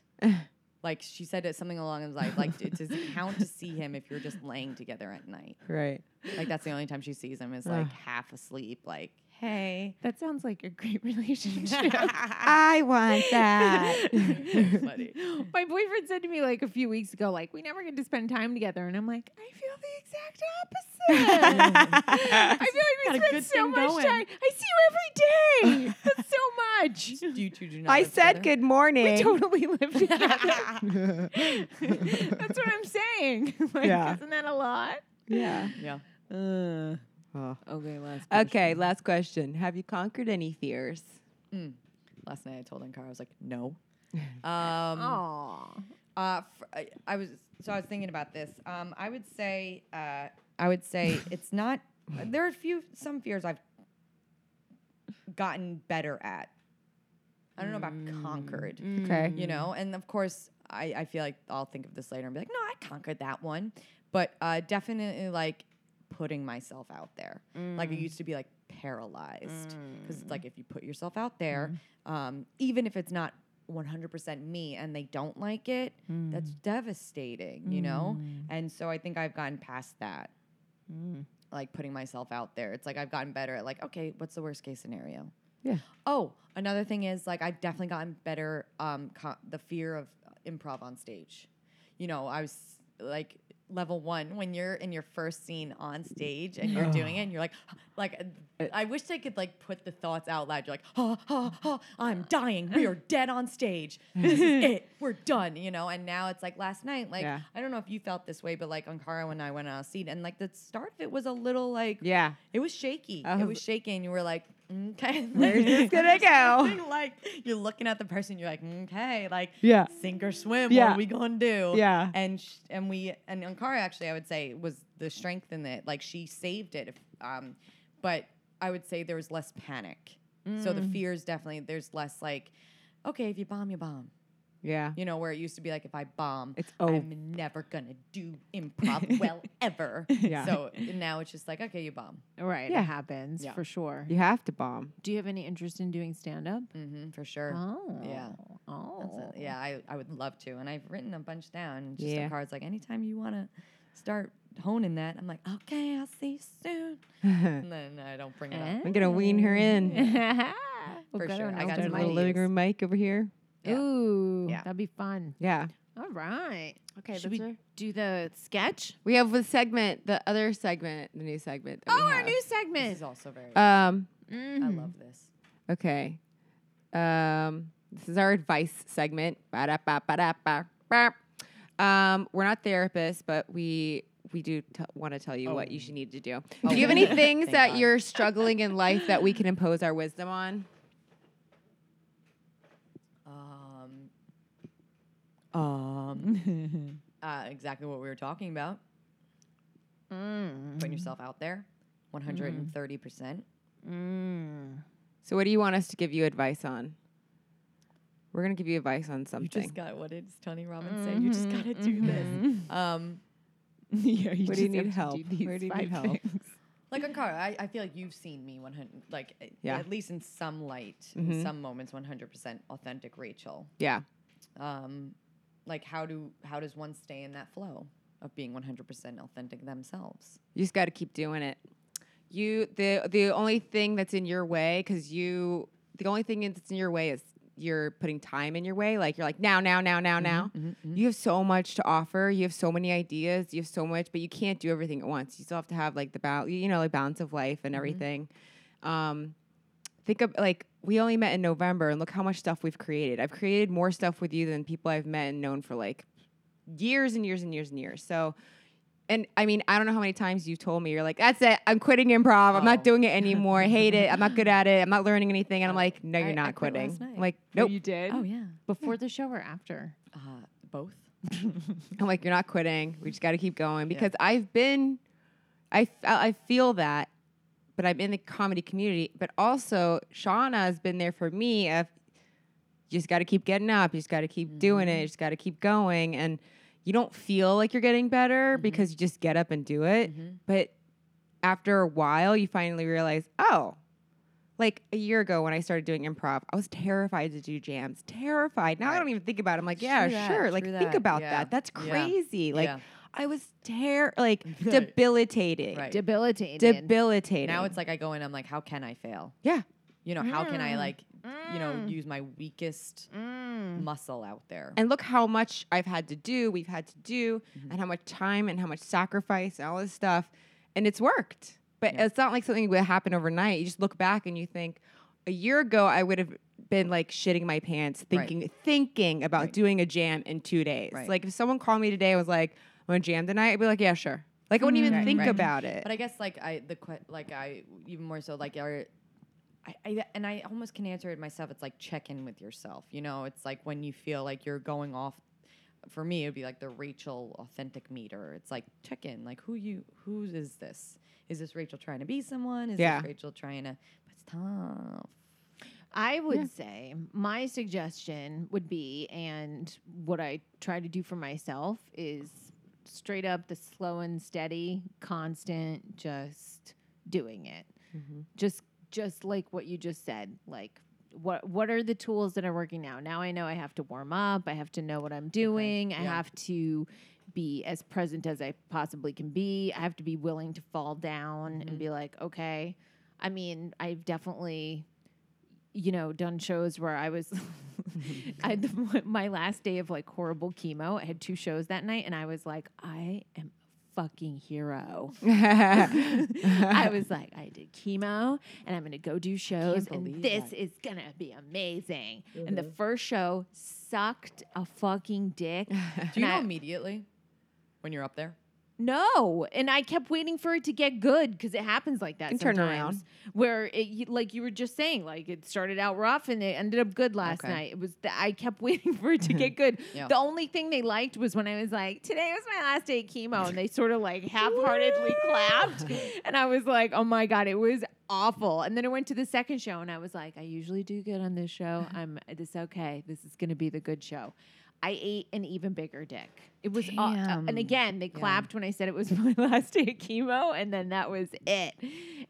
Speaker 5: like she said it something along those lines, like "It- does it count to see him if you're just laying together at night?
Speaker 3: right.
Speaker 5: Like that's the only time she sees him is like
Speaker 3: (sighs)
Speaker 5: half asleep, like, hey. (laughs)
Speaker 4: That sounds like a great (laughs) relationship.
Speaker 3: I
Speaker 5: (laughs)
Speaker 3: want that.
Speaker 5: Funny.
Speaker 4: (gasps) My boyfriend said to me like a few weeks ago, like, we never get to spend time together. And I'm like, I feel the exact
Speaker 5: (laughs)
Speaker 4: opposite. I feel like we
Speaker 5: Got a
Speaker 4: spend
Speaker 5: good
Speaker 4: so
Speaker 5: thing
Speaker 4: much
Speaker 5: going.
Speaker 4: time. I see you every day.
Speaker 5: (laughs)
Speaker 4: That's so much.
Speaker 5: Do you two do not
Speaker 3: (laughs) I
Speaker 5: live
Speaker 3: said
Speaker 5: together?
Speaker 3: good morning.
Speaker 4: We
Speaker 5: (laughs)
Speaker 4: totally live together. That's what I'm saying. (laughs) like,
Speaker 3: Yeah.
Speaker 4: isn't that a lot?
Speaker 3: yeah.
Speaker 5: Yeah. Oh.
Speaker 4: Okay, last
Speaker 3: Okay, last question. Have you conquered any fears?
Speaker 5: Last night I told Ankara, I was like,
Speaker 3: (laughs)
Speaker 5: no. Um,
Speaker 4: Aww.
Speaker 5: uh, fr- I, I was so I was thinking about this. Um, I would say, uh, I would say
Speaker 3: (laughs)
Speaker 5: it's not. There are a few some fears I've gotten better at. I don't know
Speaker 3: Mm,
Speaker 5: about conquered.
Speaker 3: Okay.
Speaker 5: you know and of course I, I feel like i'll think of this later and be like no i conquered that one but uh, definitely like putting myself out there like i used to be like paralyzed because it's like if you put yourself out there um, even if it's not 100% me and they don't like it that's devastating you know and so i think i've gotten past that Mm. like putting myself out there it's like i've gotten better at like okay what's the worst case scenario
Speaker 3: Yeah.
Speaker 5: Oh, another thing is like I've definitely gotten better. Um, co- the fear of improv on stage. You know, I was like level one when you're in your first scene on stage and you're doing it, and you're like, (gasps) like
Speaker 3: Uh,
Speaker 5: I wish I could like put the thoughts out loud. You're like, ha ha ha, I'm dying. We are dead on stage.
Speaker 3: (laughs)
Speaker 5: This is it. We're done. You know. And now it's like last night. Like
Speaker 3: Yeah.
Speaker 5: I don't know if you felt this way, but like Ankara and I went on a seat, and like the start of it was a little like
Speaker 3: Yeah.
Speaker 5: it was shaky.
Speaker 3: I
Speaker 5: it
Speaker 3: was-
Speaker 5: was shaky, and you were like, okay,
Speaker 6: Where's this
Speaker 5: (laughs)
Speaker 6: gonna go?
Speaker 5: like you're looking at the person, you're like, okay, like
Speaker 7: Yeah.
Speaker 5: sink or swim. What
Speaker 7: Yeah.
Speaker 5: are we gonna do?
Speaker 7: Yeah.
Speaker 5: and sh- and we and Ankara actually, I would say was the strength in it. Like she saved it, if, um, but I would say there was less panic. So
Speaker 3: Mm.
Speaker 5: the fear is definitely there's less like, okay, if you bomb, you bomb.
Speaker 6: Yeah.
Speaker 5: You know, where it used to be like, if I bomb,
Speaker 6: It's
Speaker 3: Oh.
Speaker 5: I'm never gonna do improv well ever.
Speaker 7: Yeah.
Speaker 5: So now it's just like, okay, you bomb.
Speaker 4: Right.
Speaker 6: Yeah.
Speaker 4: It happens
Speaker 5: Yeah.
Speaker 4: for sure.
Speaker 6: You have to bomb. (laughs)
Speaker 4: Do you have any interest in doing stand up?
Speaker 5: Mm-hmm, for sure.
Speaker 4: Oh.
Speaker 5: Yeah. That's
Speaker 4: Oh.
Speaker 5: it. yeah, I, I would love to. And I've written a bunch down. Just
Speaker 6: Yeah.
Speaker 5: a card's like, anytime you want to start honing that, I'm like, okay, I'll see you soon.
Speaker 6: I'm
Speaker 5: And then I don't bring it
Speaker 4: Eh?
Speaker 5: up. (laughs)
Speaker 4: (laughs)
Speaker 6: gonna wean her in.
Speaker 3: (laughs)
Speaker 5: For
Speaker 4: God, I
Speaker 5: sure.
Speaker 4: don't
Speaker 5: I got some
Speaker 4: know. There's
Speaker 6: Start a
Speaker 4: my
Speaker 6: little living
Speaker 5: ideas.
Speaker 6: room mic over here.
Speaker 5: Yeah.
Speaker 4: Ooh,
Speaker 5: Yeah.
Speaker 4: that'd be fun.
Speaker 6: Yeah.
Speaker 4: All right.
Speaker 3: Okay,
Speaker 4: Should
Speaker 3: that's
Speaker 4: we
Speaker 3: her.
Speaker 4: do the sketch?
Speaker 3: We have the segment, the other segment, the new segment. that we
Speaker 4: Oh, our
Speaker 3: have.
Speaker 4: new
Speaker 5: This
Speaker 4: segment.
Speaker 5: is also very,
Speaker 3: Um.
Speaker 5: I
Speaker 4: Mhm.
Speaker 5: love this.
Speaker 3: Okay. Um. This is our advice segment. Ba-da-ba-ba-da-ba-ba. Um. We're not therapists, but we we do t- want to tell you what you should need to do. Do you have any things
Speaker 5: Oh. (laughs) Thank
Speaker 3: that
Speaker 5: God.
Speaker 3: you're struggling in life that we can impose our wisdom on?
Speaker 5: Um, um, (laughs) uh, exactly what we were talking about. Putting yourself out there 130%.
Speaker 3: So, what do you want us to give you advice on? We're gonna give you advice on
Speaker 5: You
Speaker 3: something.
Speaker 5: just got what it's Tony Robbins said. You just got to do this. Um,
Speaker 4: yeah, you
Speaker 3: Where do you need help? Where do you need help?
Speaker 5: Like Ankara, I, I feel like you've seen me 100, like uh,
Speaker 3: Yeah.
Speaker 5: at least in some light, in some moments, 100% authentic Rachel.
Speaker 3: Yeah.
Speaker 5: Um, like how do how does one stay in that flow of being 100% authentic themselves?
Speaker 3: You just got to keep doing it. You the the only thing that's in your way because you the only thing that's in your way is you're putting time in your way. Like you're like now, now, now, now, now.
Speaker 5: Mm-hmm.
Speaker 3: You have so much to offer. You have so many ideas. You have so much, but you can't do everything at once. You still have to have like the balance, you know, like balance of life
Speaker 5: Mm-hmm.
Speaker 3: and everything. Um, think of like we only met in November, and look how much stuff we've created. I've created more stuff with you than people I've met and known for like years and years and years and years. So, and I mean, I don't know how many times you've told me you're like, "That's it, I'm quitting improv. I'm
Speaker 5: Oh.
Speaker 3: not doing it anymore. I hate it. I'm not good at it. I'm not learning anything."
Speaker 5: (laughs)
Speaker 3: And I'm like, "No, you're
Speaker 5: I- I
Speaker 3: not
Speaker 5: quit last
Speaker 3: quitting."
Speaker 5: night.
Speaker 3: I'm like, "Nope."
Speaker 7: You did.
Speaker 5: Oh, yeah.
Speaker 4: Before the show or after?
Speaker 5: Uh, both.
Speaker 3: I'm like, "You're not quitting. We just got to keep going." Because I've been, I f- I feel that, but I'm in the comedy community. But also, Shauna has been there for me. Of you just got to keep getting up. You just got to keep doing
Speaker 5: Mm-hmm.
Speaker 3: it. You just got to keep going. And you don't feel like you're getting better
Speaker 5: Mm-hmm.
Speaker 3: because you just get up and do it. But after a while, you finally realize, oh, like a year ago when I started doing improv, I was terrified to do jams. Terrified. Now I don't even think about it. I'm like, yeah,
Speaker 5: True that,
Speaker 3: sure. Like,
Speaker 5: true
Speaker 3: think
Speaker 5: that.
Speaker 3: about
Speaker 5: Yeah.
Speaker 3: that. That's
Speaker 5: Yeah.
Speaker 3: crazy. Like,
Speaker 5: Yeah.
Speaker 3: I was ter-
Speaker 5: (laughs)
Speaker 3: like debilitated.
Speaker 5: Right.
Speaker 4: Debilitating.
Speaker 3: Debilitated.
Speaker 5: Now it's like I go in, I'm like, how can I fail?
Speaker 3: yeah.
Speaker 5: You know, how can I like,
Speaker 4: Mm.
Speaker 5: you know, use my weakest muscle out there?
Speaker 3: And look how much I've had to do, we've had to do,
Speaker 5: Mm-hmm.
Speaker 3: and how much time and how much sacrifice and all this stuff. And it's worked. But it's not like something that happened overnight. You just look back and you think, a year ago, I would have been like shitting my pants, thinking, thinking about doing a jam in two days.
Speaker 5: Right.
Speaker 3: Like if someone called me today and was like, I'm gonna jam tonight, I'd be like, yeah, sure. Like I wouldn't even think
Speaker 5: Mm-hmm. right.
Speaker 3: about it.
Speaker 5: But I guess like I the que- like I even more so like are I, I and I almost can answer it myself. It's like check in with yourself. You know, it's like when you feel like you're going off. For me, it would be like the Rachel authentic meter. It's like check in, like who you who is this? Is this Rachel trying to be someone? Is
Speaker 3: Yeah.
Speaker 5: this Rachel trying to? But it's tough.
Speaker 4: I would say my suggestion would be, and what I try to do for myself is straight up the slow and steady, constant, just doing it. Just, just like what you just said, like. What what are the tools that are working now? Now I know I have to warm up. I have to know what I'm doing. I
Speaker 5: yeah.
Speaker 4: have to be as present as I possibly can be. I have to be willing to fall down and be like, okay. I mean, I've definitely you know, done shows where I was. (laughs) I (laughs) had the, my last day of like horrible chemo. I had two shows that night, and I was like, I am a fucking hero. (laughs) I was like, I did chemo, and I'm gonna go do shows, and this is gonna be amazing. And the first show sucked a fucking dick.
Speaker 5: Mm-hmm. (laughs) Do you
Speaker 4: And
Speaker 5: know
Speaker 4: I-
Speaker 5: immediately when you're up there?
Speaker 4: No, and I kept waiting for it to get good because it happens like that.
Speaker 8: And turn
Speaker 4: sometimes,
Speaker 8: around.
Speaker 5: Mm-hmm.
Speaker 4: where it, you- like you were just saying, like it started out rough and it ended up good last
Speaker 5: Okay.
Speaker 4: night. It was the, I kept (laughs) waiting for it
Speaker 5: (laughs)
Speaker 4: to get good.
Speaker 5: Yeah.
Speaker 4: The only thing they liked was when I was like, "Today was my last day of chemo," and they sort
Speaker 5: (laughs)
Speaker 4: of like half-heartedly clapped, and I was like, "Oh my god, it was." Awful, and then I went to the second show, and I was like, "I usually do good on this show.
Speaker 5: Mm-hmm.
Speaker 4: I'm this okay. This is going to be the good show." I ate an even bigger dick. It was, aw- uh, and
Speaker 5: Damn.
Speaker 4: again, they clapped when I said it was (laughs) my last day of chemo, and then that was it.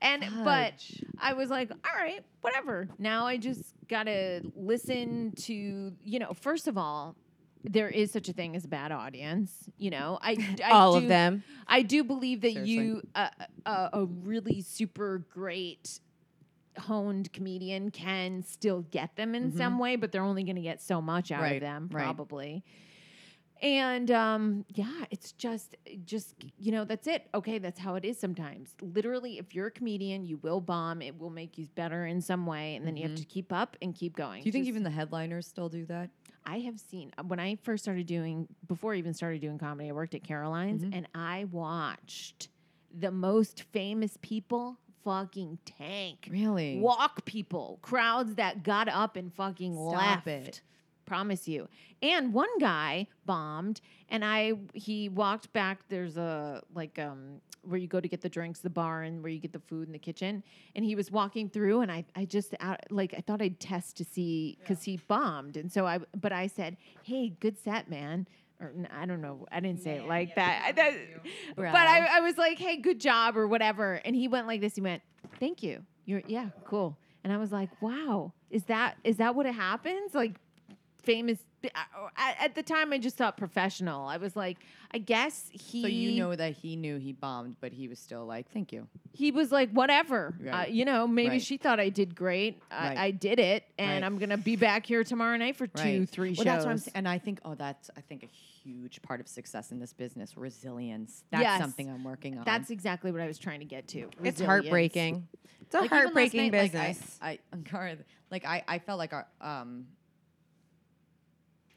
Speaker 4: And but I was like, all right, whatever. Now I just gotta listen to you know. First of all, there is such a thing as a bad audience. You know, I, I
Speaker 8: All of
Speaker 4: do-
Speaker 8: them.
Speaker 4: I do believe that
Speaker 5: Seriously.
Speaker 4: you uh, uh, a really super great honed comedian can still get them in some way, but they're only going to get so much out of
Speaker 5: Right,
Speaker 4: them
Speaker 5: right.
Speaker 4: probably. And um, yeah, it's just, just you know, that's it. Okay, that's how it is sometimes. Literally, if you're a comedian, you will bomb. It will make you better in some way, and then you have to keep up and keep going.
Speaker 5: Mm-hmm. Do you think
Speaker 4: Just-
Speaker 5: even the headliners still do that?
Speaker 4: I have seen uh, when I first started doing before I even started doing comedy, I worked at Caroline's
Speaker 5: Mm-hmm.
Speaker 4: and I watched the most famous people fucking tank.
Speaker 5: Really?
Speaker 4: Walk people, crowds that got up and fucking left.
Speaker 5: Stop it.
Speaker 4: Promise you. And one guy bombed and I he walked back there's a like um where you go to get the drinks, the bar and where you get the food in the kitchen. And he was walking through and I I just out like I thought I'd test to see cuz he bombed. And so I but I said, "Hey, good set, man." Or n- I don't know. I didn't say it like that. I, that but I, I was like, "Hey, good job" or whatever. And he went like this. He went, "Thank you. You're yeah, cool." And I was like, "Wow, is that is that what it happens?" Like famous at, at the time i just thought professional i was like i guess he
Speaker 5: So you know that he knew he bombed, but he was still like, "Thank you."
Speaker 4: he was like whatever
Speaker 5: Right.
Speaker 4: uh, you know maybe
Speaker 5: Right.
Speaker 4: she thought i did great I,
Speaker 5: Right.
Speaker 4: I did it
Speaker 5: Right.
Speaker 4: and i'm gonna be back here tomorrow night for two three
Speaker 5: well,
Speaker 4: shows
Speaker 5: That's what I'm saying. And I think, oh, that's I think a huge part of success in this business, resilience. That's
Speaker 4: Yes.
Speaker 5: something I'm working on.
Speaker 4: that's exactly what i was trying to get to
Speaker 8: It's
Speaker 4: Resilience.
Speaker 8: heartbreaking. It's a
Speaker 5: Like, even last
Speaker 8: heartbreaking
Speaker 5: night,
Speaker 8: business.
Speaker 5: Like, I, (laughs) I, Ankara, like I, I felt like our, um,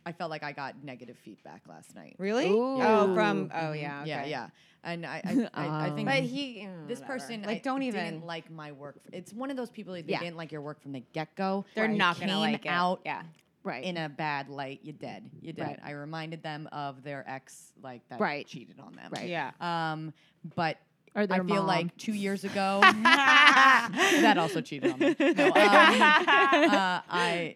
Speaker 5: I felt like I got negative feedback last night.
Speaker 8: really?
Speaker 4: Ooh.
Speaker 8: Oh, from oh yeah, okay.
Speaker 5: Mm-hmm. Yeah, yeah. And I,
Speaker 8: (laughs)
Speaker 5: I, I, I think
Speaker 8: But he mm,
Speaker 5: this person
Speaker 8: like
Speaker 5: I
Speaker 8: don't even
Speaker 5: didn't like my work. It's one of those people that they
Speaker 4: Yeah.
Speaker 5: didn't like your work from the get go.
Speaker 8: They're not
Speaker 5: came
Speaker 8: gonna like it.
Speaker 5: out
Speaker 8: Yeah.
Speaker 4: right
Speaker 5: in a bad light. You dead. You dead.
Speaker 4: Right.
Speaker 5: I reminded them of their ex, like that
Speaker 4: Right.
Speaker 5: cheated on them.
Speaker 4: Right.
Speaker 8: Yeah.
Speaker 5: Um, but
Speaker 4: Or
Speaker 5: I
Speaker 4: their
Speaker 5: feel
Speaker 4: mom.
Speaker 5: like two
Speaker 8: (laughs)
Speaker 5: years ago, that also cheated on them. No, um,
Speaker 8: (laughs)
Speaker 5: uh, I.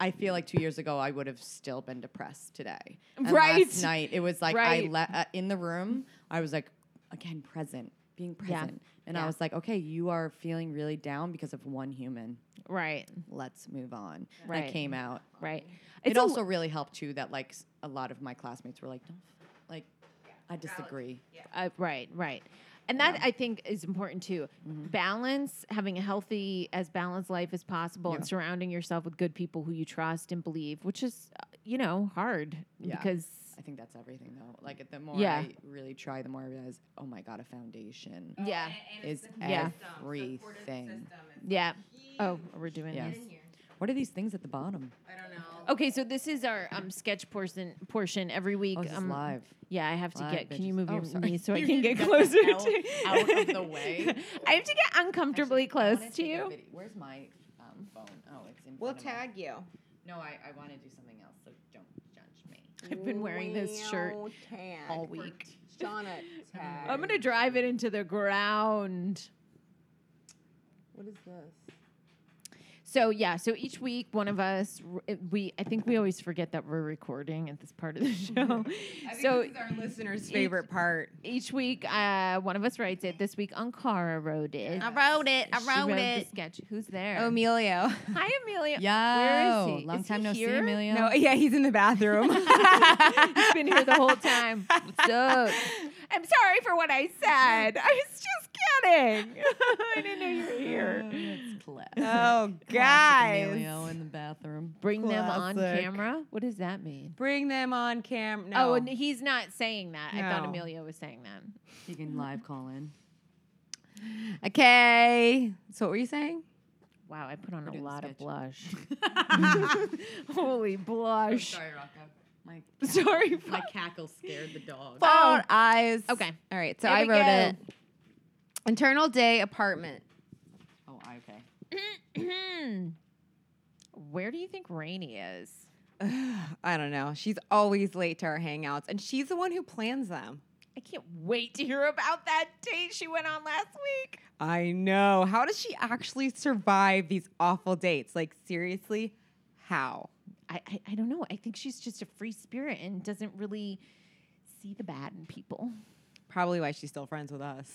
Speaker 5: I feel like two years ago I would have still been depressed today. And
Speaker 4: Right.
Speaker 5: Last (laughs) night it was like I
Speaker 4: Right.
Speaker 5: le- uh, in the room. I was like, again, present, being present, and I
Speaker 4: Yeah.
Speaker 5: was like, okay, you are feeling really down because of one human.
Speaker 4: right
Speaker 5: Let's move on. And I
Speaker 4: Right.
Speaker 5: came out
Speaker 4: right
Speaker 5: it
Speaker 4: a-
Speaker 5: also really helped too that like s- a lot of my classmates were like, don't, f- like, I disagree.
Speaker 4: Uh, right, right. And that I think is important too.
Speaker 5: Mm-hmm.
Speaker 4: Balance, having a healthy, as balanced life as possible, and surrounding yourself with good people who you trust and believe, which is, uh, you know, hard
Speaker 5: Yeah.
Speaker 4: because
Speaker 5: I think that's everything though. Like the more
Speaker 4: Yeah.
Speaker 5: I really try, the more I realize, oh my god, a foundation
Speaker 4: yeah,
Speaker 5: is
Speaker 4: Yeah.
Speaker 5: everything.
Speaker 4: yeah. Oh, we're doing
Speaker 5: Yes.
Speaker 4: this.
Speaker 5: What are these things at the bottom?
Speaker 4: Okay, so this is our um, sketch portion portion every week.
Speaker 5: Oh, this is
Speaker 4: um,
Speaker 5: live.
Speaker 4: Yeah, I have to
Speaker 5: Live
Speaker 4: get. Can you
Speaker 5: bitches.
Speaker 4: move
Speaker 5: Oh,
Speaker 4: your
Speaker 5: sorry.
Speaker 4: knees so
Speaker 5: (laughs)
Speaker 4: I
Speaker 5: You
Speaker 4: can
Speaker 5: can
Speaker 4: get
Speaker 5: get
Speaker 4: closer
Speaker 5: out-
Speaker 4: to
Speaker 5: out of
Speaker 4: (laughs)
Speaker 5: the way.
Speaker 4: I have to get uncomfortably
Speaker 5: I
Speaker 4: close
Speaker 5: wanna
Speaker 4: to
Speaker 5: take a
Speaker 4: you.
Speaker 5: vid- Where's my um, phone? Oh, it's in.
Speaker 8: We'll
Speaker 5: front of my-
Speaker 8: tag you.
Speaker 5: No, I, I want to do something else, so don't judge me.
Speaker 4: I've been wearing this shirt all week.
Speaker 8: Shauna tag.
Speaker 4: I'm gonna drive it into the ground.
Speaker 8: what is this?
Speaker 4: So yeah, so each week one of us r- it- we I think we always forget that we're recording at this part of the (laughs) show. so
Speaker 8: our listeners' favorite part.
Speaker 4: each week uh, one of us writes it. This week Ankara wrote it.
Speaker 8: I wrote it. I
Speaker 4: She
Speaker 8: wrote,
Speaker 4: the
Speaker 8: it.
Speaker 4: sketch. Who's there?
Speaker 3: Oh,
Speaker 8: Emilio.
Speaker 4: Hi Amelia.
Speaker 5: Yeah.
Speaker 4: Where is he?
Speaker 5: Long
Speaker 4: Is
Speaker 5: time
Speaker 4: he
Speaker 5: no see,
Speaker 4: here?
Speaker 5: Amelia.
Speaker 8: No, yeah, he's in the bathroom.
Speaker 4: (laughs) He's been here the whole time. What's up? I'm sorry for what I said. I was just kidding. (laughs) I didn't know you were here.
Speaker 8: oh,
Speaker 5: Emilio
Speaker 8: guys.
Speaker 5: in the bathroom.
Speaker 4: Bring them on
Speaker 8: Classic.
Speaker 4: camera. What does that mean?
Speaker 8: Bring them on camera. No.
Speaker 4: Oh, and he's not saying that. I thought
Speaker 8: No.
Speaker 4: Amelia was saying that.
Speaker 5: You can live call in.
Speaker 8: okay. So, what were you saying?
Speaker 4: Wow, I put on a
Speaker 5: doing the
Speaker 4: lot of
Speaker 5: sketch.
Speaker 4: blush. Holy blush.
Speaker 5: Rocco. My
Speaker 4: Sorry.
Speaker 5: (laughs)
Speaker 4: (laughs)
Speaker 5: my cackle scared the dog.
Speaker 8: Oh.
Speaker 3: Phone eyes.
Speaker 4: Okay.
Speaker 3: All right. So
Speaker 4: Here
Speaker 3: I
Speaker 4: we
Speaker 3: wrote
Speaker 4: go.
Speaker 3: it. Internal day apartment.
Speaker 5: Oh, I- okay.
Speaker 4: Oh, hmm. Where do you think Rainy is?
Speaker 3: I don't know. She's always late to our hangouts, and she's the one who plans them.
Speaker 4: I can't wait to hear about that date she went on last week.
Speaker 3: I know. How does she actually survive these awful dates? Like, seriously, how?
Speaker 4: I, I, I don't know. I think she's just a free spirit and doesn't really see the bad in people.
Speaker 3: Probably why she's still friends with us.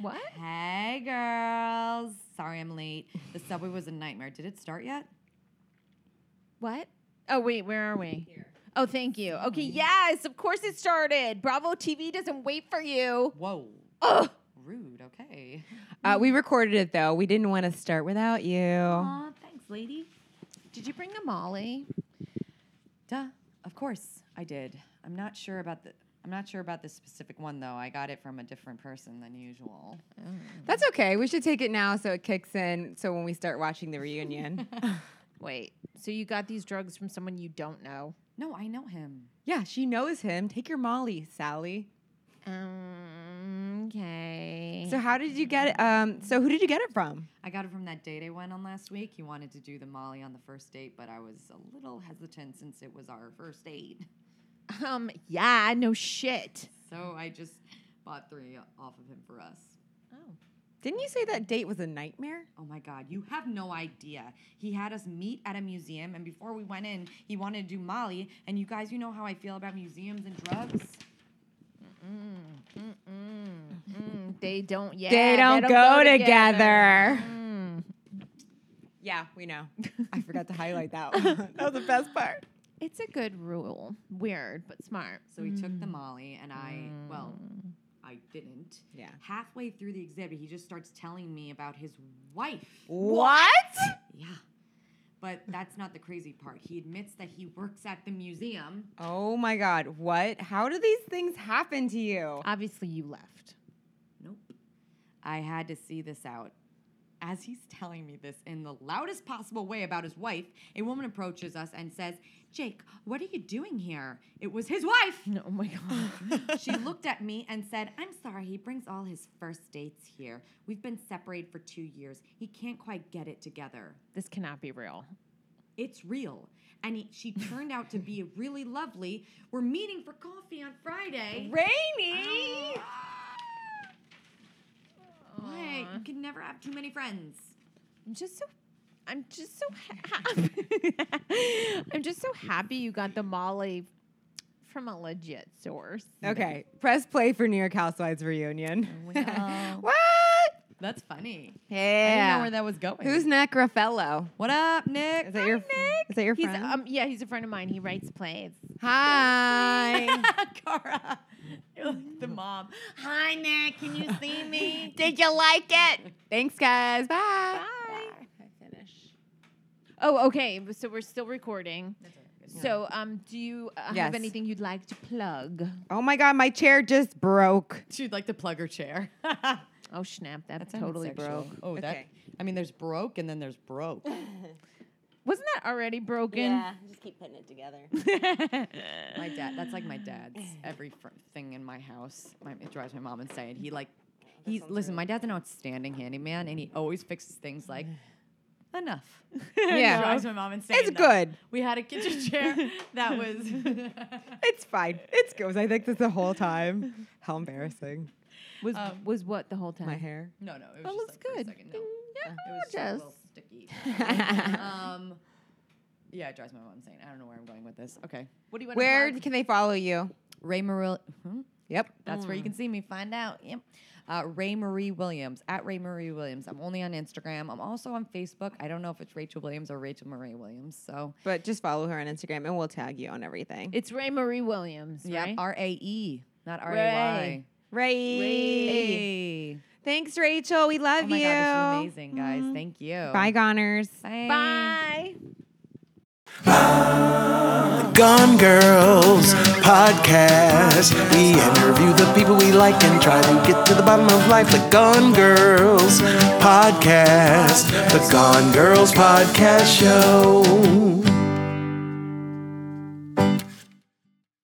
Speaker 4: What?
Speaker 5: Hey, girls. Sorry I'm late. The subway was a nightmare. Did it start yet?
Speaker 4: What? Oh, wait, where are we? Oh, thank you. Okay, yes, of course it started. Bravo TV doesn't wait for you.
Speaker 5: Whoa. Rude. Okay.
Speaker 3: Uh, we recorded it though. We didn't want to start without you.
Speaker 5: Aw, thanks, lady.
Speaker 4: Did you bring the Molly?
Speaker 5: Duh. Of course I did. I'm not sure about the. I'm not sure about this specific one though. I got it from a different person than usual.
Speaker 3: That's okay. We should take it now so it kicks in. So when we start watching the reunion,
Speaker 4: Wait, so you got these drugs from someone you don't know?
Speaker 5: No, I know him.
Speaker 3: yeah, she knows him. Take your Molly, Sally.
Speaker 4: Um, okay.
Speaker 3: So how did you get? It? Um, so who did you get it from?
Speaker 5: I got it from that date I went on last week. He wanted to do the Molly on the first date, but I was a little hesitant since it was our first date.
Speaker 4: um, yeah, no shit.
Speaker 5: So I just bought three off of him for us.
Speaker 3: Didn't you say that date was a nightmare?
Speaker 5: Oh my God, you have no idea. He had us meet at a museum, and before we went in, he wanted to do Molly. And you guys, you know how I feel about museums and drugs.
Speaker 4: Mm, they don't. Yeah,
Speaker 3: they don't
Speaker 4: don't
Speaker 3: go,
Speaker 4: together.
Speaker 3: together. Mm. Yeah, we know. (laughs) I forgot to highlight (laughs) that. One. that was the best part.
Speaker 4: It's a good rule. Weird, but smart.
Speaker 5: So he took the Molly, and I, well, I didn't.
Speaker 3: Yeah.
Speaker 5: Halfway through the exhibit, he just starts telling me about his wife.
Speaker 3: What?
Speaker 5: Yeah. But that's not the crazy part. He admits that he works at the museum.
Speaker 3: Oh my God! What? How do these things happen to you?
Speaker 4: Obviously, you left.
Speaker 5: Nope. I had to see this out. As he's telling me this in the loudest possible way about his wife, a woman approaches us and says, Jake, what are you doing here? It was his wife.
Speaker 4: No, oh my god.
Speaker 5: she looked at me and said, I'm sorry, he brings all his first dates here. We've been separated for two years. He can't quite get it together.
Speaker 4: (laughs) this cannot be real.
Speaker 5: It's real. And he, she turned out to be really lovely. We're meeting for coffee on Friday.
Speaker 3: Rainy.
Speaker 5: What? You can never have too many friends.
Speaker 4: I'm just so. I'm just so. Ha- (laughs) I'm just so happy you got the Molly from a legit source.
Speaker 3: Okay, press play for New York Housewives reunion. what? (laughs)
Speaker 5: That's funny.
Speaker 3: Yeah.
Speaker 5: I didn't know where that was going.
Speaker 3: Who's Nick Raffello?
Speaker 5: What up, Nick?
Speaker 3: Is that your Nick? Is that your
Speaker 4: He's
Speaker 3: friend?
Speaker 4: um yeah he's a friend of mine. He writes plays.
Speaker 3: Hi.
Speaker 5: (laughs) Cara. You're like the mom. Hi, Nick. Can you
Speaker 3: (laughs)
Speaker 5: see me?
Speaker 3: (laughs) Did you like it? Thanks, guys. Bye. Bye. I finish.
Speaker 4: Oh okay, so we're still recording. So um, do you uh,
Speaker 3: Yes.
Speaker 4: have anything you'd like to plug?
Speaker 3: Oh my God, my chair just broke.
Speaker 5: She'd like to plug her chair.
Speaker 4: Oh snap, that, totally broke.
Speaker 5: Oh, that. (laughs)
Speaker 3: Okay.
Speaker 5: I mean, there's broke and then there's broke.
Speaker 4: Wasn't that already broken?
Speaker 9: just keep putting it together.
Speaker 5: my dad. That's like
Speaker 4: (gasps)
Speaker 5: my dad's
Speaker 4: Eh.
Speaker 5: every fr- thing in my house. My, it drives my mom insane. He like, he's listen. My dad's an outstanding handyman, and he always fixes things
Speaker 4: (sighs)
Speaker 5: like enough.
Speaker 3: Yeah.
Speaker 5: drives my mom insane.
Speaker 3: It's
Speaker 5: though.
Speaker 3: good.
Speaker 5: We had a
Speaker 4: (laughs)
Speaker 5: kitchen chair that was.
Speaker 3: It's fine. It's good. I think this the whole time. How embarrassing.
Speaker 4: Was was what the whole time?
Speaker 3: My hair.
Speaker 5: Um, (laughs) no, no, it was
Speaker 4: That
Speaker 5: just like
Speaker 4: looks
Speaker 5: for a
Speaker 4: good.
Speaker 5: second, no.
Speaker 4: Yeah,
Speaker 5: It was just a
Speaker 4: just
Speaker 5: little sticky. um, yeah, it drives my mom insane. I don't know where I'm going with this. Okay, what do you want?
Speaker 3: Where can they follow you?
Speaker 5: Ray Marie? Hmm?
Speaker 3: Yep.
Speaker 5: That's where you
Speaker 4: Hmm.
Speaker 5: can see me. Find out. Yep. Uh, Ray Marie Williams at Ray Marie Williams. I'm only on Instagram. I'm also on Facebook. I don't know if it's Rachel Williams or Rachel Marie Williams. So
Speaker 3: But just follow her on Instagram and we'll tag you on everything.
Speaker 4: It's Ray Marie Williams,
Speaker 5: yeah,
Speaker 4: right?
Speaker 5: R A E, not R A Y.
Speaker 3: Ray.
Speaker 5: Hey.
Speaker 3: Thanks, Rachel. We love
Speaker 5: Oh my
Speaker 3: you.
Speaker 5: god, this is amazing, guys. Thank you.
Speaker 3: Bye, goners.
Speaker 4: Bye.
Speaker 2: Gone Girls podcast. We interview the people we like and try to get to the bottom of life. The Gone Girls podcast. The Gone Girls podcast show.